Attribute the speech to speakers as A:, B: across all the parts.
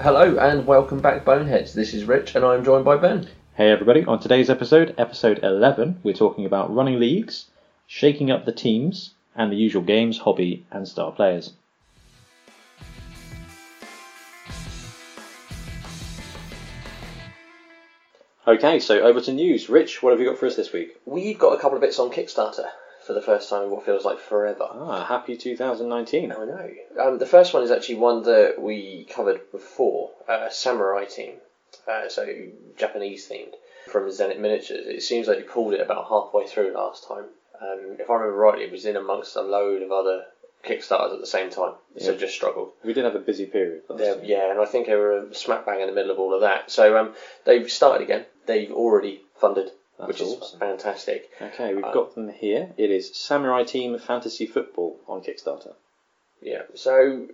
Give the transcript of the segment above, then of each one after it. A: Hello and welcome back, Boneheads. This is Rich and I'm joined by Ben.
B: Hey everybody, on today's episode, episode 11, we're talking about running leagues, shaking up the teams, and the usual games, hobby, and star players. Okay, so over to news. Rich, what have you got for us this week?
A: We've got a couple of bits on Kickstarter for the first time in what feels like forever.
B: Ah, happy 2019.
A: I know. Um, the first one is actually one that we covered before uh, Samurai Team, uh, so Japanese themed, from Zenit Miniatures. It seems like they pulled it about halfway through last time. Um, if I remember rightly, it was in amongst a load of other Kickstarters at the same time, so
B: Yeah.
A: just struggled.
B: We did have a busy period last
A: Yeah,
B: year.
A: yeah, and I think they were smack bang in the middle of all of that. So um, they've started again. They've already funded,
B: That's
A: which is
B: awesome.
A: fantastic.
B: Okay, we've
A: Um,
B: got them here. It is Samurai Team Fantasy Football on Kickstarter.
A: Yeah. So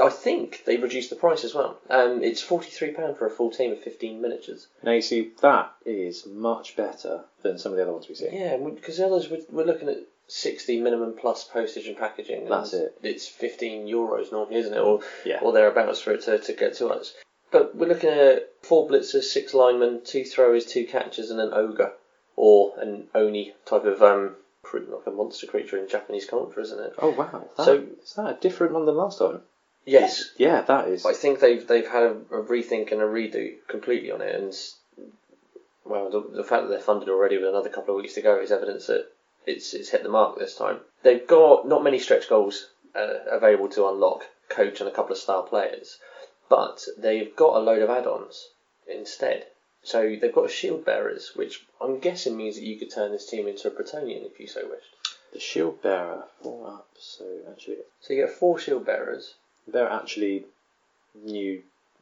A: I think they reduced the price as well. Um, it's forty three pound for a full team of fifteen miniatures.
B: Now you see, that is much better than some of the other ones we see.
A: Yeah, because the others we're, we're looking at sixty minimum plus postage and packaging. and
B: That's it.
A: It's fifteen euros normally, isn't it? Or
B: Yeah.
A: or thereabouts for it to, to get to us. But we're looking at four blitzers, six linemen, two throwers, two catchers, and an ogre, or an oni type of um, cre- like a monster creature in Japanese culture, isn't it?
B: Oh wow! That,
A: So-
B: is that a different one than last time?
A: Yes,
B: Yeah, that is.
A: I think they've they've had a, a rethink and a redo completely on it, and s- well, the, the fact that they're funded already with another couple of weeks to go is evidence that it's it's hit the mark this time. They've got not many stretch goals uh, available to unlock, coach, and a couple of star players, but they've got a load of add-ons instead. So they've got shield bearers, which I'm guessing means that you could turn this team into a Bretonian if you so wished.
B: The shield bearer. Four up. So actually,
A: So you get four shield bearers.
B: they're actually new.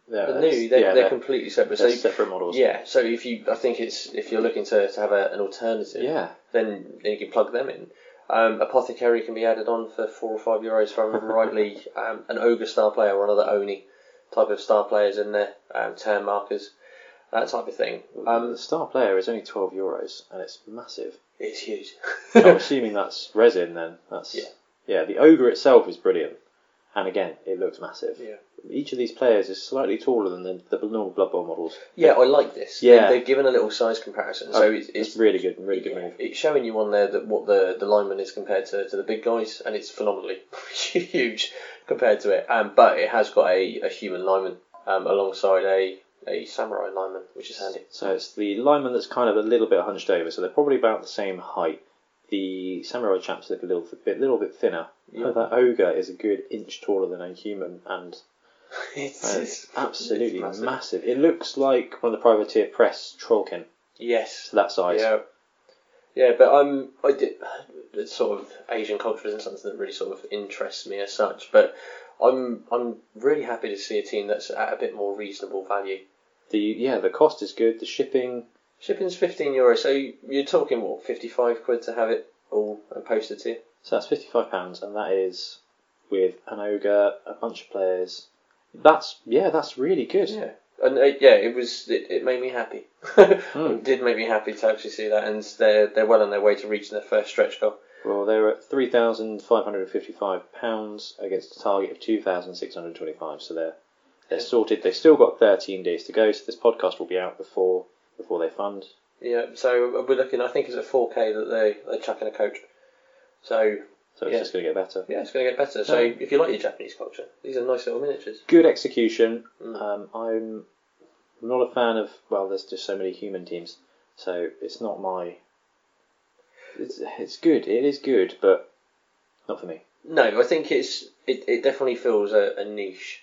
B: They're,
A: They're new. They're,
B: Uh, yeah,
A: they're, completely separate.
B: they're
A: so
B: separate models.
A: Yeah, so if you, I think it's if you're looking to, to have a, an alternative,
B: Yeah.
A: then, then you can plug them in. Um, apothecary can be added on for four or five euros, if I remember rightly. Um, an ogre star player or another oni type of star players in there, um, turn markers, that type of thing.
B: Um,
A: Um,
B: the star player is only twelve euros, and it's massive.
A: it's huge.
B: I'm assuming that's resin. Then that's
A: Yeah.
B: Yeah, the ogre itself is brilliant, and again, it looks massive.
A: Yeah.
B: Each of these players is slightly taller than the, the normal Blood Bowl models.
A: yeah, I like this.
B: Yeah.
A: they, have given a little size comparison, so
B: Oh,
A: it's, it's
B: really good, really good
A: Yeah,
B: move.
A: it's showing you on there that what the, the lineman is compared to, to the big guys, and it's phenomenally huge compared to it. Um, but it has got a, a human lineman um, alongside a, a samurai lineman, which is handy.
B: So it's the lineman that's kind of a little bit hunched over, so they're probably about the same height. The samurai chaps look a little bit, little bit thinner.
A: Yeah.
B: But that ogre is a good inch taller than a human, and
A: it's,
B: uh, it's absolutely
A: it's
B: massive. It looks like one of the privateer press trollkin.
A: Yes.
B: It's that size.
A: Yeah. Yeah, but um, I did. It's sort of Asian culture isn't something that really sort of interests me as such, but I'm I'm really happy to see a team that's at a bit more reasonable value.
B: The yeah, the cost is good. The shipping,
A: Shipping's fifteen euros, so you're talking what fifty-five quid to have it all and posted to you.
B: so that's fifty five pounds, and that is with an ogre, a bunch of players. That's yeah, that's really good.
A: Yeah, and uh, yeah, it was it, it made me happy. It did make me happy to actually see that, and they're they're well on their way to reaching their first stretch goal.
B: Well, they were at three thousand five hundred and fifty-five pounds against a target of two thousand six hundred twenty-five. So they're they're sorted. They've still got thirteen days to go. So this podcast will be out before before they fund.
A: Yeah, so uh, we're looking. I think it's at four k that they they're chucking a coach. So
B: So it's
A: Yeah.
B: just going to get better.
A: yeah, it's going to get better. So
B: Yeah.
A: if you like your Japanese culture, these are nice little miniatures.
B: Good execution.
A: Mm.
B: Um, I'm not a fan of. Well, there's just so many human teams. So it's not my. It's it's good. It is good, but not for me.
A: No, I think it's it, it definitely fills a, a niche.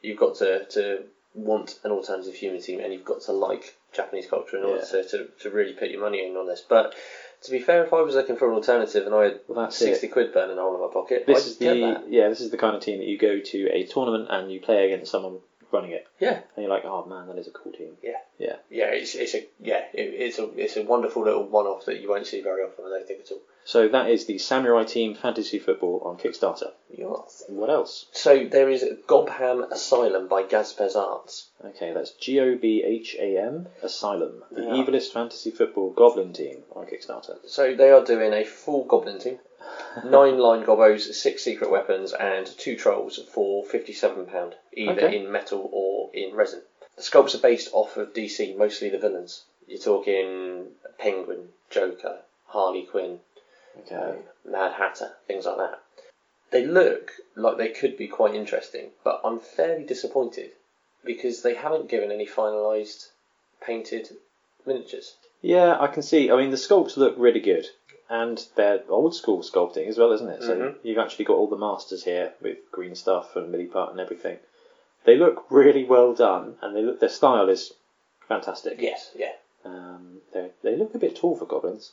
A: You've got to, to want an alternative human team and you've got to like Japanese culture in order
B: Yeah.
A: to, to, to really put your money in on this. But to be fair, if I was looking for an alternative and I had
B: Well, that's it.
A: 60 quid burning a hole in my pocket,
B: This
A: I'd
B: is
A: get
B: the
A: that.
B: yeah. This is the kind of team that you go to a tournament and you play against someone running it.
A: Yeah,
B: And you're like, oh man, that is a cool team.
A: yeah, it's, it's a yeah, it, it's a it's a wonderful little one-off that you won't see very often. I don't think at all.
B: So that is the Samurai Team Fantasy Football on Kickstarter.
A: Yes.
B: What else?
A: So there is Gobham Asylum by Gazpez Arts.
B: Okay, that's G O B H A M Asylum, the
A: Yeah.
B: evilest fantasy football goblin team on Kickstarter.
A: So they are doing a full goblin team. Nine line gobos, six secret weapons, and two trolls for £57, either
B: Okay.
A: in metal or in resin. The sculpts are based off of DC, mostly the villains. You're talking Penguin, Joker, Harley Quinn,
B: Okay.
A: Mad Hatter, things like that. They look like they could be quite interesting, but I'm fairly disappointed because they haven't given any finalised painted miniatures.
B: Yeah, I can see. I mean, the sculpts look really good, and they're old school sculpting as well, isn't it? So
A: Mhm.
B: you've actually got all the masters here with green stuff and Millie Part and everything. They look really well done, and they look, their style is fantastic.
A: Yes, yeah.
B: Um, they they look a bit tall for goblins.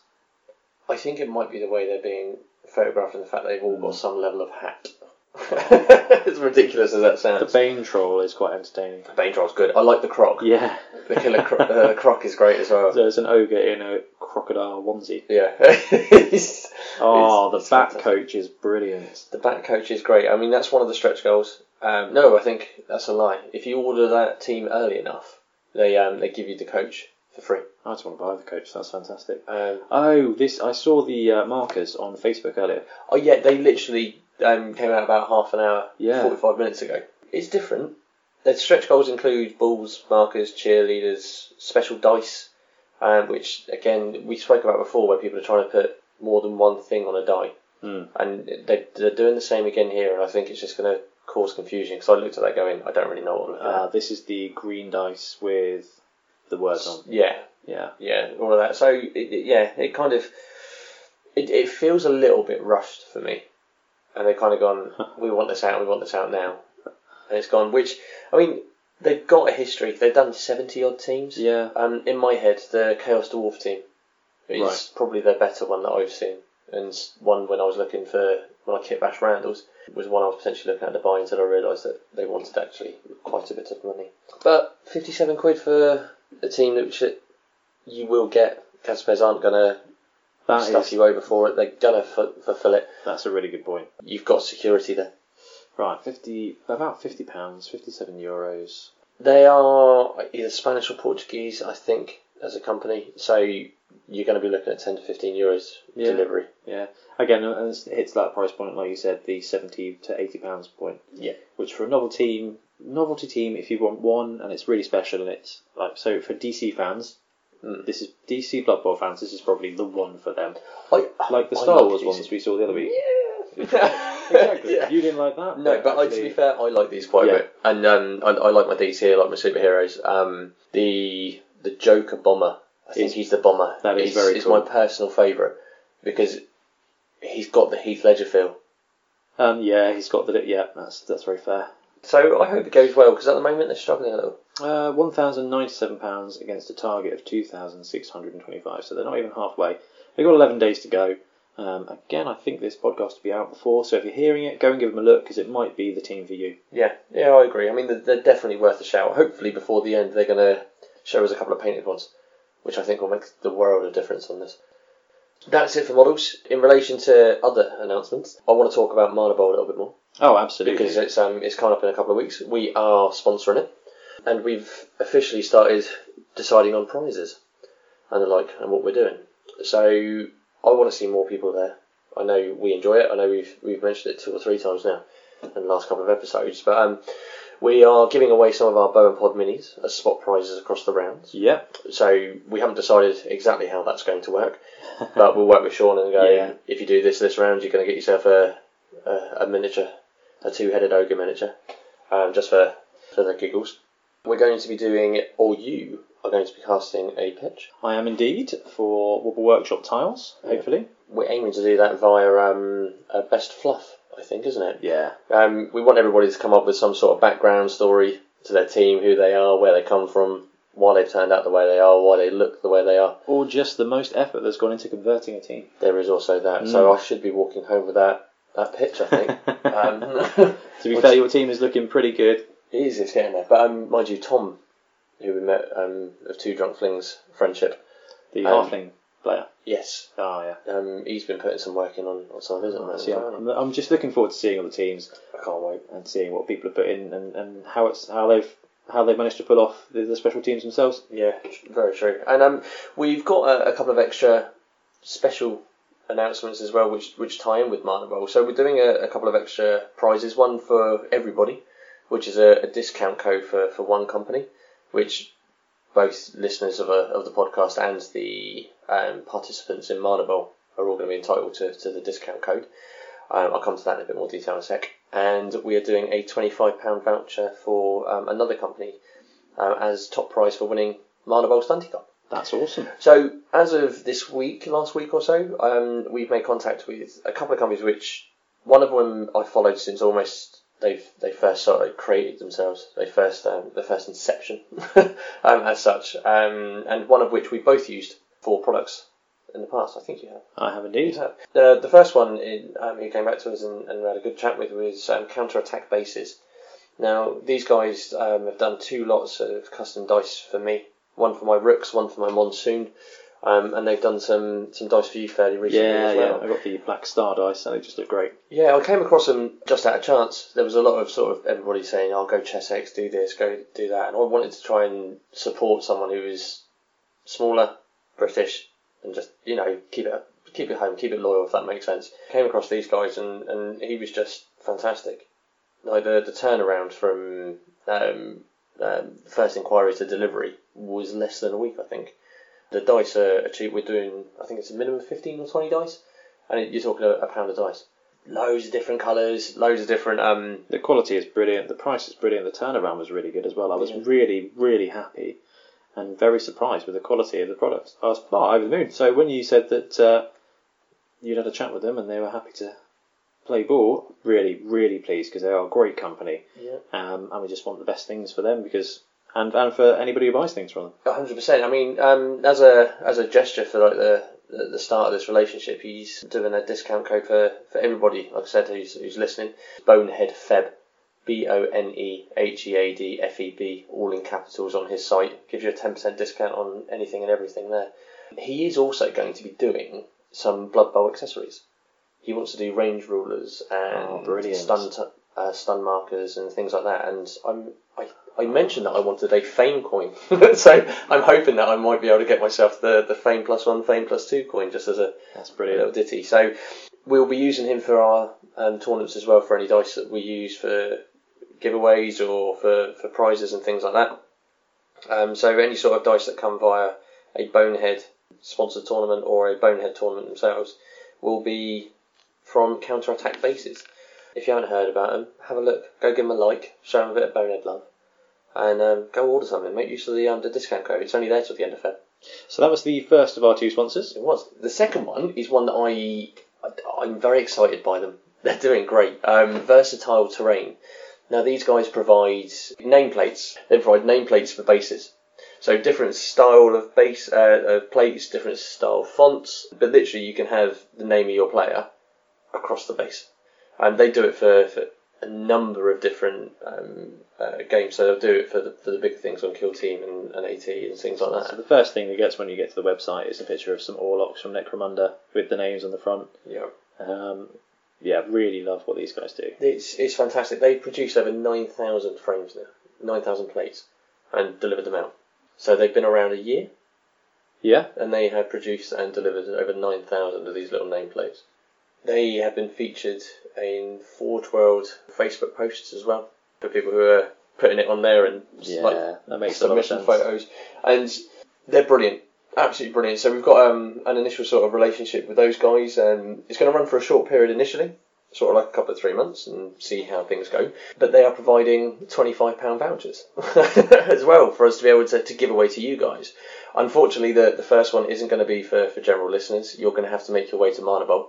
A: I think it might be the way they're being photographed and the fact they've all got some level of hat. as ridiculous as that
B: The
A: sounds.
B: Bane troll is quite entertaining.
A: The Bane Troll's good. I like the croc.
B: Yeah,
A: The killer cro- uh, croc is great as well.
B: there's an ogre in a crocodile onesie.
A: Yeah. It's-
B: Oh,
A: it's- it's
B: the bat
A: fantastic.
B: coach is brilliant.
A: The back coach is great. I mean, that's one of the stretch goals. Um, no, I think that's a lie. If you order that team early enough, they um, they give you the coach for free.
B: I just want to buy the coach. That's fantastic.
A: Um,
B: Oh, this I saw the uh, markers on Facebook earlier.
A: oh yeah, they literally um, came out about half an hour,
B: Yeah.
A: forty five minutes ago. It's different. The stretch goals include balls, markers, cheerleaders, special dice, um, which again we spoke about before, where people are trying to put more than one thing on a die.
B: Hmm.
A: And they, they're doing the same again here, and I think it's just going to cause confusion because I looked at that going, I don't really know what I'm looking at.
B: Uh, this is the green dice with the words on.
A: Yeah,
B: Yeah.
A: yeah, all of that. So it, it- yeah, it kind of it, it feels a little bit rushed for me, and they've kind of gone, we want this out, we want this out now, and it's gone. Which I mean, they've got a history. They've done seventy odd teams.
B: Yeah.
A: Um, in my head, the Chaos Dwarf team is
B: Right.
A: probably their better one that I've seen, and s- one when I was looking for when I kit bash Randalls was one I was potentially looking at to buy until I realised that they wanted actually quite a bit of money. But fifty-seven quid for a team that should, you will get. Caspers aren't gonna
B: That is-
A: stuff you over for it. They're gonna fu- fulfil it.
B: that's a really good point.
A: You've got security there.
B: Right, fifty about fifty pounds, fifty seven euros.
A: They are either Spanish or Portuguese, I think, as a company. So you're going to be looking at 10 to 15 euros
B: Yeah.
A: delivery.
B: Yeah. Again, uh, and it's- it hits that price point, like you said, the seventy to eighty pounds point.
A: Yeah.
B: Which for a novel team novelty team, if you want one and it's really special and it's like so for DC fans,
A: Mm.
B: this is DC Blood Bowl fans, this is probably the one for them.
A: I,
B: Like the
A: I
B: Star
A: like
B: Wars
A: these.
B: ones we saw the other week.
A: Yeah.
B: Exactly.
A: Yeah.
B: You didn't like that?
A: No, but I, to
B: actually-
A: be fair, I like these quite
B: Yeah.
A: a bit, and um, I, I like my DC, I like my superheroes. Um, the the Joker bomber, I think
B: Is-
A: he's the bomber.
B: that
A: He's-
B: is very
A: Is
B: cool.
A: my personal favourite because he's got the Heath Ledger feel.
B: Um, yeah, he's got the yeah. That's that's very fair.
A: So I hope it goes well because at the moment they're struggling a little.
B: Uh, one thousand ninety-seven pounds against a target of two thousand six hundred and twenty-five. So they're not even halfway. They've got eleven days to go. Um, again, I think this podcast will be out before. So if you're hearing it, go and give them a look because it might be the team for you.
A: Yeah, yeah, I agree. I mean, they're, they're definitely worth a shout. Hopefully, before the end, they're going to show us a couple of painted ones, which I think will make the world of difference on this. That's it for models. In relation to other announcements, I want to talk about Marnable a little bit more
B: Oh, absolutely.
A: because it's um it's coming up in a couple of weeks. We are sponsoring it, and we've officially started deciding on prizes and the like and what we're doing. So I want to see more people there. I know we enjoy it. I know we've we've mentioned it two or three times now in the last couple of episodes, but um. We are giving away some of our Bow and Pod minis as spot prizes across the rounds.
B: Yep.
A: So we haven't decided exactly how that's going to work, but we'll work with Sean and go.
B: Yeah.
A: If you do this this round, you're going to get yourself a a, a miniature, a two-headed ogre miniature, um, just for for the giggles. We're going to be doing, or you are going to be casting a pitch.
B: I am indeed for Wobble Workshop tiles. Hopefully.
A: We're aiming to do that via um, a best fluff, I think, isn't it?
B: Yeah.
A: Um, we want everybody to come up with some sort of background story to their team, who they are, where they come from, why they've turned out the way they are, why they look the way they are.
B: Or just the most effort that's gone into converting a team.
A: There is also that. So
B: Mm.
A: I should be walking home with that that pitch, I think. um,
B: uh, To be fair, your team is looking pretty good.
A: it is, it's getting there. But um, mind you, Tom, who we met um, of Two Drunk Flings friendship,
B: The
A: Um,
B: halfling player.
A: Yes.
B: Oh yeah.
A: Um, he's been putting some work in on, on some of his at the moment as
B: yeah.
A: well, hasn't
B: I'm, I'm just looking forward to seeing all the teams
A: he? I can't wait.
B: and seeing what people have put in and, and how it's how they've how they've managed to pull off the, the special teams themselves.
A: Yeah, tr- very true. And um, we've got a, a couple of extra special announcements as well, which which tie in with Martin Bowl. So we're doing a, a couple of extra prizes. One for everybody, which is a, a discount code for, for one company, which both listeners of, a, of the podcast and the um, participants in Martin Bowl are all going to be entitled to, to the discount code. Um, I'll come to that in a bit more detail in a sec. And we are doing a £25 voucher for um, another company um, as top prize for winning Marnable Stunty Cup.
B: That's awesome.
A: So, as of this week, last week or so, um, we've made contact with a couple of companies, which one of them I followed since almost they've they first sort of created themselves, they first um, the first inception um, as such, um, and one of which we both used for products in the past. I think you have.
B: I have indeed.
A: Yeah. The, the first one in, um, who came back to us and, and we had a good chat with was um, Counter Attack Bases. Now, these guys um, have done two lots of custom dice for me one for my rooks, one for my monsoon, um, and they've done some, some dice for you fairly recently
B: Yeah,
A: as
B: yeah.
A: well.
B: I got the black star dice and they just look great.
A: Yeah, I came across them just out of chance. There was a lot of sort of everybody saying, "I'll oh, go chess X, do this, go do that," and I wanted to try and support someone who is smaller, British, and just you know keep it keep it home, keep it loyal, if that makes sense. Came across these guys, and and he was just fantastic. Like the the turnaround from um, um, first inquiry to delivery was less than a week, I think. The dice are, are cheap. We're doing, I think it's a minimum of fifteen or twenty dice, and you're talking a, a pound of dice loads of different colours, loads of different. Um,
B: The quality is brilliant. The price is brilliant. The turnaround was really good as well. I was
A: Yeah.
B: really, really happy and very surprised with the quality of the products. I was far over the moon. So when you said that uh, you'd had a chat with them and they were happy to play ball, really, really pleased because they are a great company
A: yeah,
B: um, and we just want the best things for them because and, and for anybody who buys things from them.
A: hundred percent. I mean, um, as a as a gesture for like the the the start of this relationship, he's doing a discount code for, for everybody. Like I said, who's who's listening, Bonehead Feb, B O N E H E A D F E B, all in capitals on his site. Gives you a ten percent discount on anything and everything there. He is also going to be doing some Blood Bowl accessories. He wants to do range rulers
B: Oh,
A: and
B: brilliant.
A: stun t- uh, stun markers and things like that. And I'm I, I mentioned that I wanted a Fame coin, so I'm hoping that I might be able to get myself the the Fame plus one, Fame plus two coin just as a
B: That's
A: a little
B: brilliant.
A: ditty. So we'll be using him for our um, tournaments as well for any dice that we use for giveaways or for, for prizes and things like that. Um, so any sort of dice that come via a Bonehead sponsored tournament or a Bonehead tournament themselves will be from counter attack bases. If you haven't heard about them, have a look. Go give them a like. Show them a bit of Bonehead love. And um, go order something. Make use of the, um, the discount code. It's only there till the end of Feb.
B: So that was the first of our two sponsors.
A: It was. The second one is one that I, I am very excited by them. They're doing great. Um, versatile terrain. Now these guys provide nameplates. They provide nameplates for bases. So different style of base uh, of plates, different style fonts, but literally you can have the name of your player across the base, and they do it for, for a number of different um, uh, games. So they'll do it for the, for the big things on Kill Team and, and AT and things like that.
B: So the first thing that gets when you get to the website is a picture of some Orlocks from Necromunda with the names on the front.
A: Yeah.
B: Um, yeah, really love what these guys do.
A: It's it's fantastic. They produced over nine thousand frames now, nine thousand plates, and delivered them out. So they've been around a year,
B: Yeah,
A: and they have produced and delivered over nine thousand of these little nameplates. They have been featured in Forge World Facebook posts as well for people who are putting it on there and
B: yeah,
A: like
B: that makes a lot of
A: submission
B: sense.
A: photos, and they're brilliant, absolutely brilliant. So we've got um, an initial sort of relationship with those guys, and it's going to run for a short period initially, sort of like a couple of three months, and see how things go. But they are providing twenty-five pound vouchers as well for us to be able to, to give away to you guys. Unfortunately, the, the first one isn't going to be for, for general listeners. You're going to have to make your way to Marnable,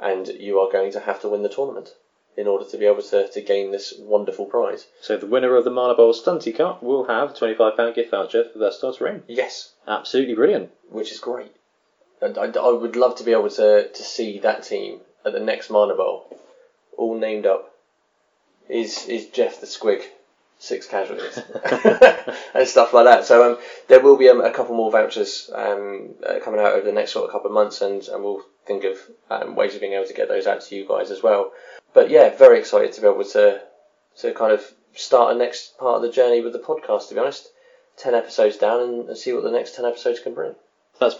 A: and you are going to have to win the tournament in order to be able to, to gain this wonderful prize.
B: So the winner of the Marnable Stunty Cup will have a twenty-five pound gift voucher for Versatile Terrain.
A: Yes,
B: Absolutely brilliant.
A: which is great. And I, I would love to be able to, to see that team at the next Mana Bowl, all named up. Is is Jeff the Squig six casualties and stuff like that. So um, there will be um, a couple more vouchers um, uh, coming out over the next sort of couple of months, and, and we'll think of um, ways of being able to get those out to you guys as well. But yeah, very excited to be able to to kind of start a next part of the journey with the podcast. To be honest, ten episodes down, and, and see what the next ten episodes can bring.
B: That's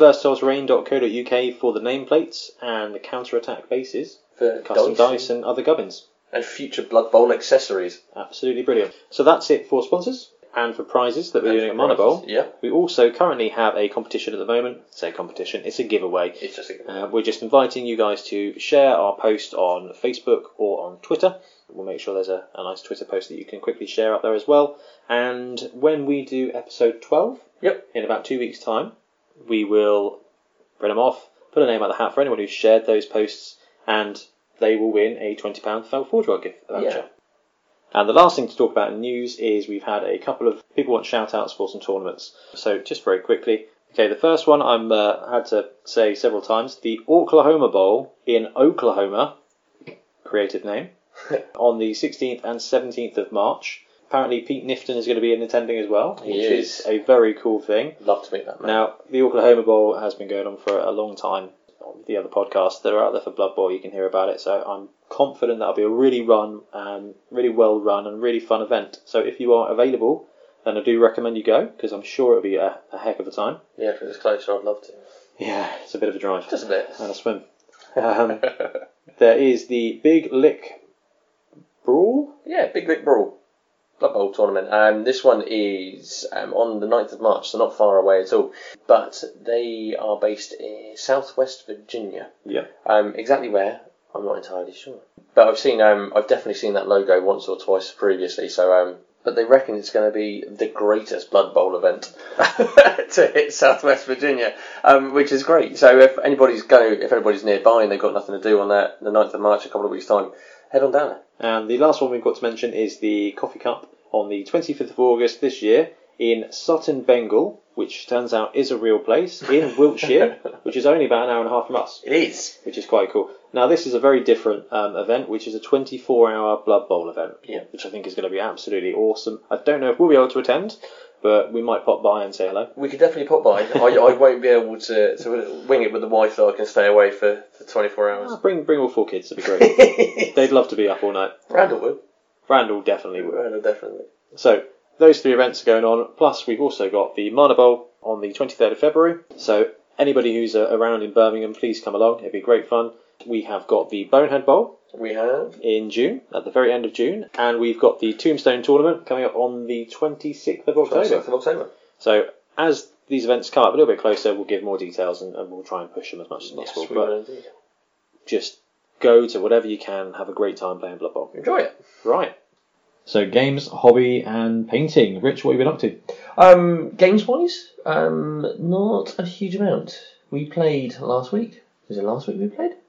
B: versatileterrain.co.uk for the nameplates and the counterattack bases,
A: For
B: custom
A: dice
B: dice and other gubbins.
A: and future Blood Bowl accessories.
B: Absolutely brilliant. So that's it for sponsors and for prizes that we're doing at Monobowl.
A: Yeah,
B: We also currently have a competition at the moment. Say competition, it's a giveaway.
A: it's just a,
B: Uh, we're just inviting you guys to share our post on Facebook or on Twitter. We'll make sure there's a, a nice Twitter post that you can quickly share up there as well. And when we do episode 12,
A: Yep.
B: in about two weeks' time, we will read them off, put a name out the hat for anyone who shared those posts, and they will win a £20 Felt Forge World gift voucher.
A: Yeah.
B: And the last thing to talk about in news is we've had a couple of people want shout outs for some tournaments. So just very quickly, okay, the first one I'm uh, had to say several times the Oklahoma Bowl in Oklahoma, creative name, on the 16th and 17th of March. Apparently, Pete Nifton is going to be in attending as well,
A: He
B: which
A: is.
B: is a very cool thing.
A: love to meet that man.
B: Now, the Oklahoma Bowl has been going on for a long time. On the other podcasts that are out there for Blood Bowl, you can hear about it. So I'm confident that'll be a really run, um, really well run, and really fun event. So if you are available, then I do recommend you go because I'm sure it'll be a, a heck of a time.
A: Yeah, if it was closer, I'd love to.
B: Yeah, it's a bit of a drive
A: Just a bit.
B: and a swim. Um, there is the Big Lick Brawl.
A: yeah, Big Lick Brawl. Blood Bowl tournament. Um, this one is um, on the 9th of March, so not far away at all. But they are based in southwest Virginia.
B: Yeah.
A: Um, exactly where, I'm not entirely sure. But I've seen, um, I've definitely seen that logo once or twice previously. So, um, but they reckon it's going to be the greatest Blood Bowl event to hit Southwest Virginia, um, which is great. So if anybody's going, if anybody's nearby and they've got nothing to do on that, the 9th of March, a couple of weeks time, head on down there.
B: And the last one we've got to mention is the Coffee Cup on the 25th of August this year in Sutton, Bengal, which turns out is a real place in Wiltshire, which is only about an hour and a half from us,
A: It is.
B: which is quite cool. Now, this is a very different um, event, which is a 24 hour Blood Bowl event,
A: Yeah.
B: which I think is going to be absolutely awesome. I don't know if we'll be able to attend, but we might pop by and say hello.
A: We could definitely pop by. I, I won't be able to, to wing it with the wife, so I can stay away for, for 24 hours.
B: Ah, bring, bring all four kids, that'd be great. They'd love to be up all night.
A: Randall would.
B: Randall definitely would.
A: Randall definitely.
B: So those three events are going on. Plus, we've also got the Mana Bowl on the 23rd of February. So anybody who's uh, around in Birmingham, please come along. It'd be great fun. We have got the Bonehead Bowl
A: We have.
B: in June, at the very end of June, and we've got the Tombstone Tournament coming up on the 26th of October.
A: 26th of October.
B: So as these events come up a little bit closer, we'll give more details and, and we'll try and push them as much as
A: Yes,
B: possible.
A: we
B: but
A: will indeed.
B: just go to whatever you can, have a great time playing Blood Bowl.
A: Enjoy it.
B: Right. So games, hobby, and painting. Rich, what have you been up to?
A: Um, games wise, um, not a huge amount. We played last week. Was it last week we played?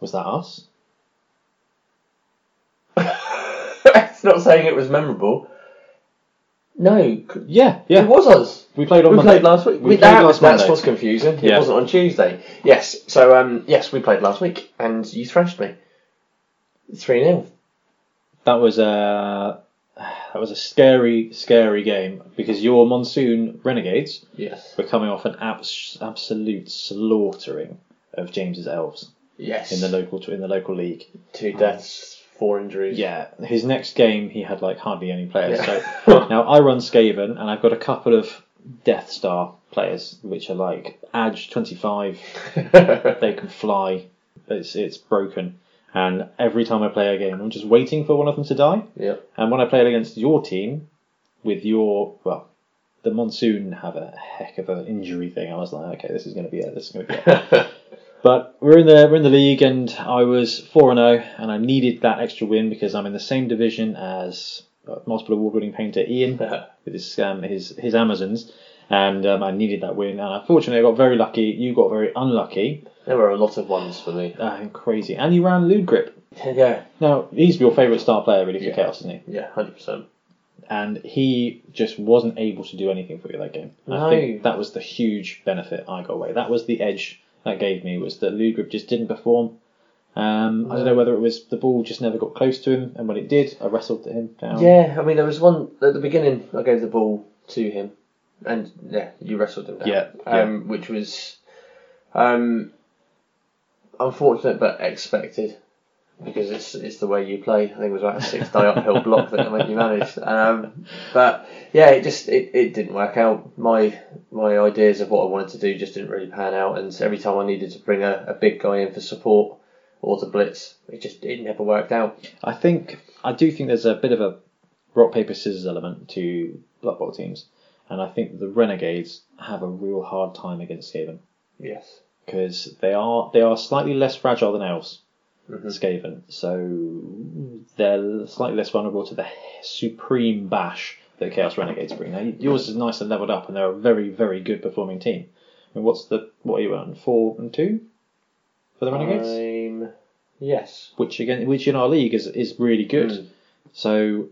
B: Was that us?
A: it's not saying it was memorable. No, c-
B: Yeah, yeah.
A: it was us.
B: We played on
A: We
B: Monday.
A: played last week.
B: We
A: We-
B: played
A: that,
B: last
A: that's
B: Monday.
A: what's confusing. It
B: Yeah.
A: wasn't on Tuesday. Yes. So um, yes, we played last week, and you thrashed me. Three 0
B: That was a that was a scary, scary game because your Monsoon Renegades
A: Yes.
B: were coming off an abs- absolute slaughtering of James's elves
A: Yes.
B: in the local in the local league.
A: Two deaths, four injuries.
B: Yeah, his next game he had like hardly any players.
A: Yeah.
B: So now I run Skaven and I've got a couple of Death Star players which are like Edge twenty five. they can fly. It's it's broken. And every time I play a game, I'm just waiting for one of them to die.
A: yeah.
B: And when I played against your team, with your well, the monsoon have a heck of an injury thing. I was like, okay, this is going to be it. This is going to be it. But we're in the we're in the league, and I was four and zero, and I needed that extra win because I'm in the same division as uh, multiple award-winning painter Ian with his um, his his Amazons, and um, I needed that win. And unfortunately, I got very lucky. You got very unlucky.
A: there were a lot of ones for me.
B: Uh, crazy, and you ran Lude Grip.
A: Yeah.
B: Now he's your favourite star player, really, for
A: Yeah.
B: chaos, isn't he?
A: Yeah. Hundred percent.
B: and he just wasn't able to do anything for you that game. And
A: No.
B: I think that was the huge benefit I got away. That was the edge that gave me was that Ludwig just didn't perform, Um, I don't know whether it was the ball just never got close to him, and when it did, I wrestled him down.
A: Yeah, I mean, there was one at the beginning. I gave the ball to him, and yeah, you wrestled him down.
B: Yeah,
A: um, which was um, unfortunate but expected because it's it's the way you play. I think it was about a six day uphill block that can make you manage. Um, but yeah, it just it, it didn't work out. My my ideas of what I wanted to do just didn't really pan out, and every time I needed to bring a, a big guy in for support or to blitz, it just it never worked out.
B: I think I do think there's a bit of a rock paper scissors element to black belt teams, and I think the Renegades have a real hard time against Skaven
A: Yes.
B: because they are they are slightly less fragile than Elves,
A: Mhm.
B: Skaven, so they're slightly less vulnerable to the supreme bash that Chaos Renegades bring. Now yours is nice and leveled up, and they're a very very good performing team. And what's the what are you on four and two for the Renegades?
A: I'm, yes.
B: which again, which in our league is is really good.
A: Mm.
B: So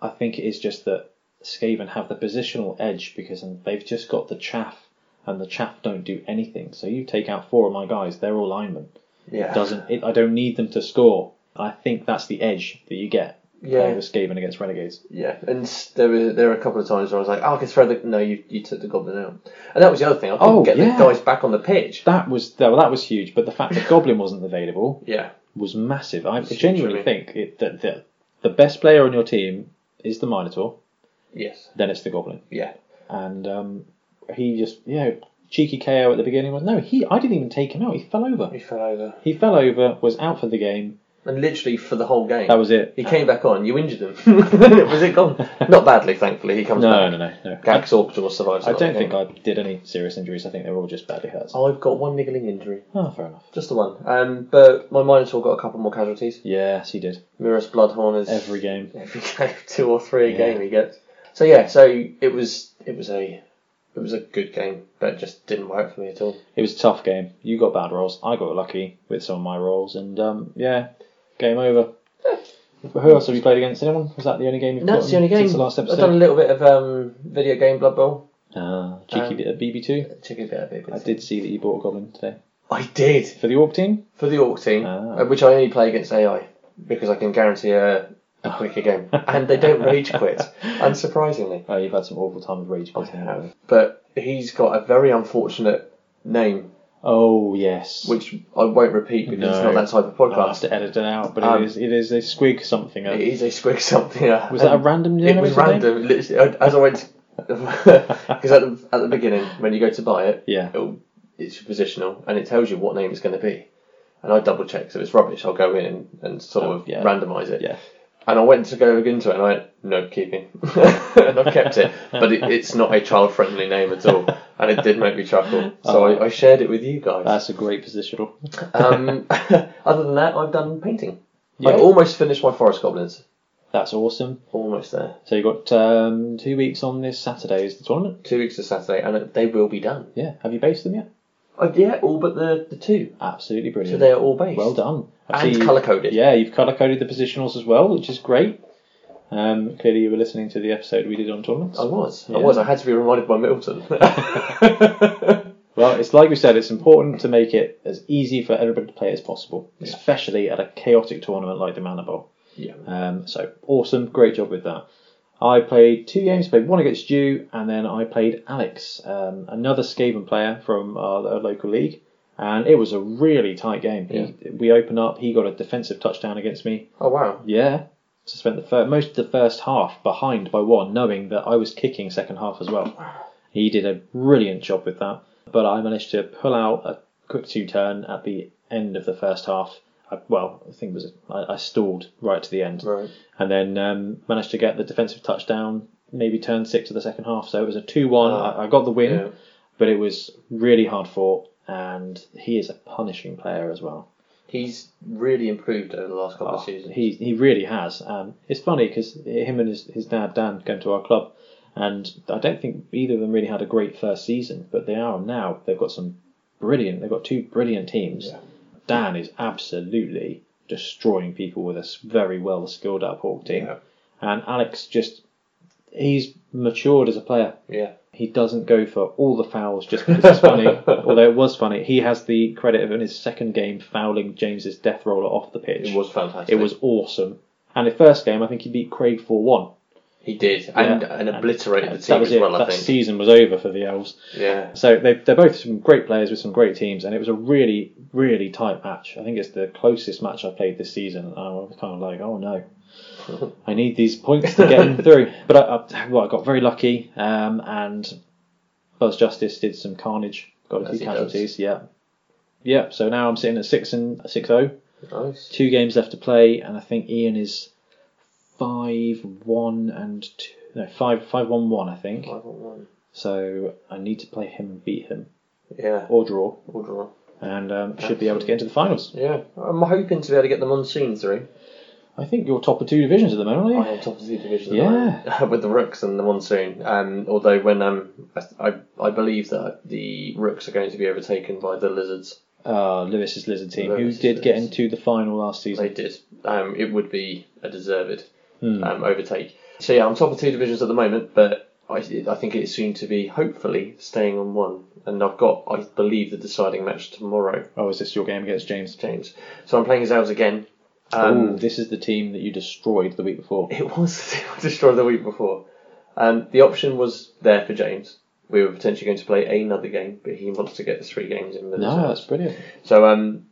B: I think it is just that Skaven have the positional edge because they've just got the chaff, and the chaff don't do anything. So you take out four of my guys, they're all linemen.
A: Yeah.
B: Doesn't it, I don't need them to score. I think that's the edge that you get playing
A: Yeah.
B: with Skaven against Renegades.
A: Yeah. And s- there were there were a couple of times where I was like, oh, I can throw the no, you you took the goblin out, and that was the other thing. I couldn't
B: Oh,
A: get
B: yeah.
A: the guys back on the pitch.
B: That was well, that was huge. But the fact that Goblin wasn't available
A: Yeah.
B: was massive. I
A: It's huge,
B: genuinely
A: really.
B: think it, that the, the best player on your team is the Minotaur,
A: Yes.
B: then it's the Goblin.
A: Yeah.
B: and um, he just you know cheeky KO at the beginning was no he I didn't even take him out he fell over
A: He fell over,
B: he fell over was out for the game
A: and literally for the whole game.
B: that was it
A: He came back on. You injured him. was it gone? Not badly, thankfully. He comes
B: no
A: back.
B: no no no I,
A: Gax Orptor survives.
B: I
A: a lot
B: don't
A: of
B: think
A: games.
B: I did any serious injuries I think they were all just badly hurt
A: I've got one niggling injury,
B: oh fair enough
A: just the one. Um, but my Minotaur got a couple more casualties.
B: yes he did
A: Mirror's Bloodhorn is
B: every game
A: every game, two or three a
B: Yeah.
A: game he gets. So yeah, so it was it was a it was a good game, but it just didn't work for me at all.
B: it was a tough game you got bad rolls I got lucky with some of my rolls and um, yeah game over who else have you played against anyone was that the only game you've
A: And that's the only
B: gotten
A: game.
B: since the last
A: I've done a
B: episode
A: little bit of um, video game Blood Bowl.
B: Ah, cheeky
A: Um,
B: bit of BB2
A: Check it out a bit.
B: I did see that you bought a goblin today
A: I did
B: for the orb team
A: for the Orc team,
B: Ah.
A: uh, which I only play against AI because I can guarantee a, a quicker game, and they don't rage quit, unsurprisingly.
B: Oh, you've had some awful time with rage quitting. haven't you?
A: But he's got a very unfortunate name,
B: Oh yes.
A: which I won't repeat because it's
B: No.
A: not that type of
B: I'll have
A: podcast.
B: to edit it out, but
A: Um,
B: it is it is a squig something. uh,
A: It is a squig something. uh,
B: was that a
A: and-
B: random?
A: It was
B: generator thing?
A: random. Literally, I- as I went, because at the, at the beginning when you go to buy it,
B: Yeah.
A: it'll, it's positional and it tells you what name it's going to be. And I double check, so if it's rubbish. I'll go in and, and sort
B: Oh,
A: of
B: yeah.
A: randomise it.
B: Yeah.
A: And I went to go into it, and I went, no keeping, and I've kept it. But it, it's not a child-friendly name at all, and it did make me chuckle. So
B: Oh. Uh.
A: I, I shared it with you guys.
B: That's a great positional.
A: Um, other than that, I've done painting.
B: Yeah.
A: I almost finished my forest goblins.
B: That's awesome.
A: Almost there.
B: So you got um, two weeks on this Saturday is the tournament.
A: Two weeks to Saturday, and it- they will be done.
B: Yeah. Have you based them yet?
A: Oh, yeah, all but the, the two.
B: Absolutely
A: So
B: brilliant.
A: they are all based.
B: well done. I
A: And
B: see you-
A: colour coded.
B: Yeah, you've color coded the positionals as well, which is great. Um, clearly, you were listening to the episode we did on tournaments.
A: I was.
B: Yeah.
A: I was. I had to be reminded by Middleton.
B: Well, it's like we said, it's important to make it as easy for everybody to play as possible, especially at a chaotic tournament like the Mana Bowl.
A: yeah.
B: Um, so awesome, great job with that. I played two games, played one against you, and then I played Alex, um, another Skaven player from our, our local league, and it was a really tight game. He- we opened up, he got a defensive touchdown against me.
A: Oh, wow.
B: Yeah. So spent the fir- most of the first half behind by one, knowing that I was kicking second half as well. He did a brilliant job with that, but I managed to pull out a quick two turn at the end of the first half. I, well, I think it was I, I stalled right to the end,
A: Right.
B: and then um, managed to get the defensive touchdown. Maybe turn six of the second half, so it was a two-one. I, I got the win,
A: Yeah.
B: but it was really hard fought, and he is a punishing player as well.
A: He's really improved over the last couple of seasons.
B: He he really has. Um, it's funny because him and his, his dad Dan came to our club, and I don't think either of them really had a great first season, but they are now. They've got some brilliant. They've got two brilliant teams.
A: Yeah.
B: Dan is absolutely destroying people with a s- very well skilled up Hawk team,
A: Yeah.
B: and Alex just he's matured as a player.
A: Yeah.
B: He doesn't go for all the fouls just because it's funny, although it was funny. He has the credit of in his second game fouling James's death roller off the pitch.
A: It was fantastic.
B: It was awesome. And the first game, I think he beat Craig 4 1.
A: He did, and and obliterated the team as well. I
B: That
A: think.
B: season was over for the Elves.
A: Yeah.
B: So they, they're both some great players with some great teams, and it was a really, really tight match. I think it's the closest match I played this season, and I was kind of like, oh no, I need these points to get them through. But I, I, well, I got very lucky, um, and Buzz Justice did some carnage, got a
A: As
B: few
A: he
B: casualties. Yeah, yeah. So now I'm sitting at six and six oh. zero.
A: Nice.
B: Two games left to play, and I think Ian is five one and two, no five five one one. I think
A: Five on one.
B: so. I need to play him and beat him
A: Yeah.
B: or draw
A: All drawn.
B: and um, should be able to get into the finals.
A: Yeah. I'm hoping to be able to get the monsoon through.
B: I think you're top of two divisions at the moment,
A: I
B: aren't
A: am top of the division.
B: Yeah.
A: at the moment, with the Rooks and the Monsoon. Um, although when um, I, I I believe that the Rooks are going to be overtaken by the Lizards.
B: you? Uh, Lewis's Lizard team,
A: Lewis
B: who
A: is
B: did get
A: Lewis.
B: into the final last season.
A: They did. Um, it would be a deserved
B: Hmm.
A: um, overtake. So yeah, I'm top of two divisions at the moment, but I I think it's soon to be hopefully staying on one. And I've got I believe the deciding match tomorrow,
B: Oh, is this your game against James?
A: James. So I'm playing his elves again.
B: Ooh,
A: Um,
B: this is the team that you destroyed the week before.
A: It was destroyed the week before. Um, the option was there for James. We were potentially going to play another game, but he wants to get the three games in. with
B: No, that's
A: us.
B: brilliant.
A: So um,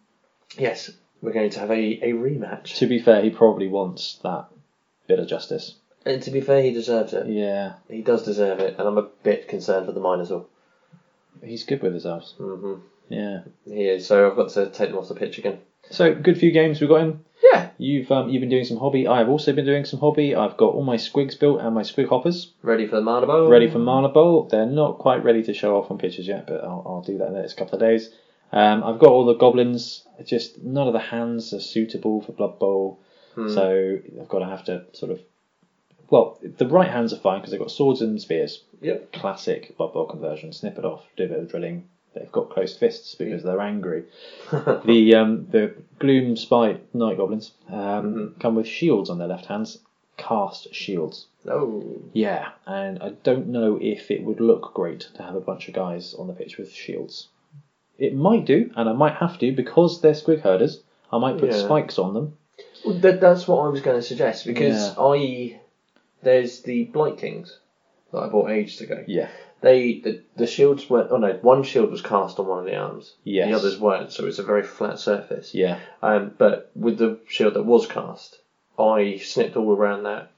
A: yes, we're going to have a, a rematch.
B: To be fair, he probably wants that bit of justice.
A: And to be fair, he deserves it.
B: Yeah,
A: He does deserve it, and I'm a bit concerned for the Minotaur.
B: he's good with his elves.
A: hmm
B: Yeah.
A: He is. So I've got to take them off the pitch again.
B: So good few games we've got in.
A: Yeah.
B: You've um, you've been doing some hobby. I have also been doing some hobby. I've got all my squigs built and my squig hoppers.
A: Ready for the Minotaur?
B: ready for Marla Bowl. They're not quite ready to show off on pictures yet, but I'll, I'll do that in the next couple of days. Um, I've got all the goblins. Just none of the hands are suitable for Blood Bowl,
A: Hmm.
B: so I've got to have to sort of. Well, the right hands are fine because they've got swords and spears.
A: Yep.
B: Classic Blood Bowl conversion. Snip it off, do a bit of drilling. They've got closed fists because they're angry. the um, the Gloom Spite Night Goblins um, come with shields on their left hands. Cast shields.
A: Oh.
B: Yeah, and I don't know if it would look great to have a bunch of guys on the pitch with shields. It might do, and I might have to because they're squig herders. I might put
A: Yeah.
B: spikes on them.
A: Well, that, that's what I was going to suggest because
B: Yeah.
A: I there's the Blight Kings that I bought ages ago.
B: Yeah,
A: They the, the shields were oh no one shield was cast on one of the arms.
B: Yes.
A: The others weren't, so it's a very flat surface.
B: yeah,
A: Um, but with the shield that was cast, I snipped all around that,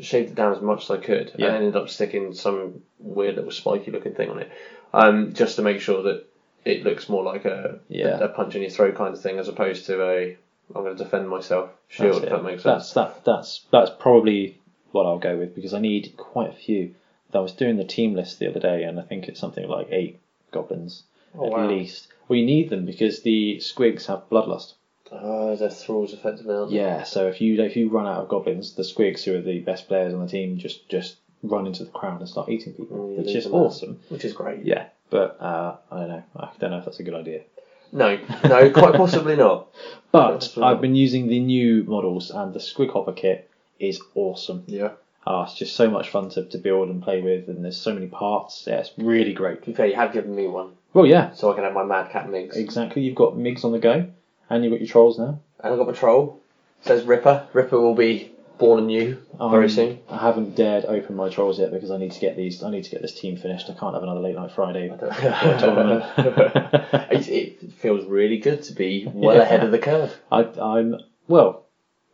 A: shaved it down as much as I could,
B: Yeah.
A: and ended up sticking some weird little spiky looking thing on it, um, just to make sure that it looks more like a
B: Yeah.
A: a punch in your throat kind of thing as opposed to a I'm going to defend myself
B: that's
A: shield.
B: it.
A: If that makes sense.
B: that's that. That's that's probably what I'll go with because I need quite a few. I was doing the team list the other day, and I think it's something like eight goblins
A: Oh,
B: at
A: wow.
B: least. We need them because the squigs have bloodlust.
A: Oh, their thralls effectively. Aren't they?
B: Yeah, so if you if you run out of goblins, the squigs who are the best players on the team just just run into the crowd and start eating people,
A: Mm, you
B: which
A: leave
B: is
A: them out.
B: awesome.
A: Which is great.
B: Yeah, but uh, I don't know. I don't know if that's a good idea.
A: No, no, quite possibly not.
B: But
A: That's all right.
B: I've been using the new models, and the squig hopper kit is awesome.
A: Yeah.
B: Ah, it's just so much fun to, to build and play with, and there's so many parts. Yeah, it's really great.
A: To be fair, you have given me one,
B: Well, yeah,
A: so I can have my madcap mix. And
B: exactly. You've got Migs on the go, and you've got your trolls now.
A: I've got my troll. Says Ripper. Ripper will be born anew very
B: Um,
A: soon.
B: I haven't dared open my trolls yet because I need to get these. I need to get this team finished. I can't have another late night Friday tournament.
A: it, it feels really good to be well
B: Yeah.
A: ahead of the curve.
B: I, I'm well.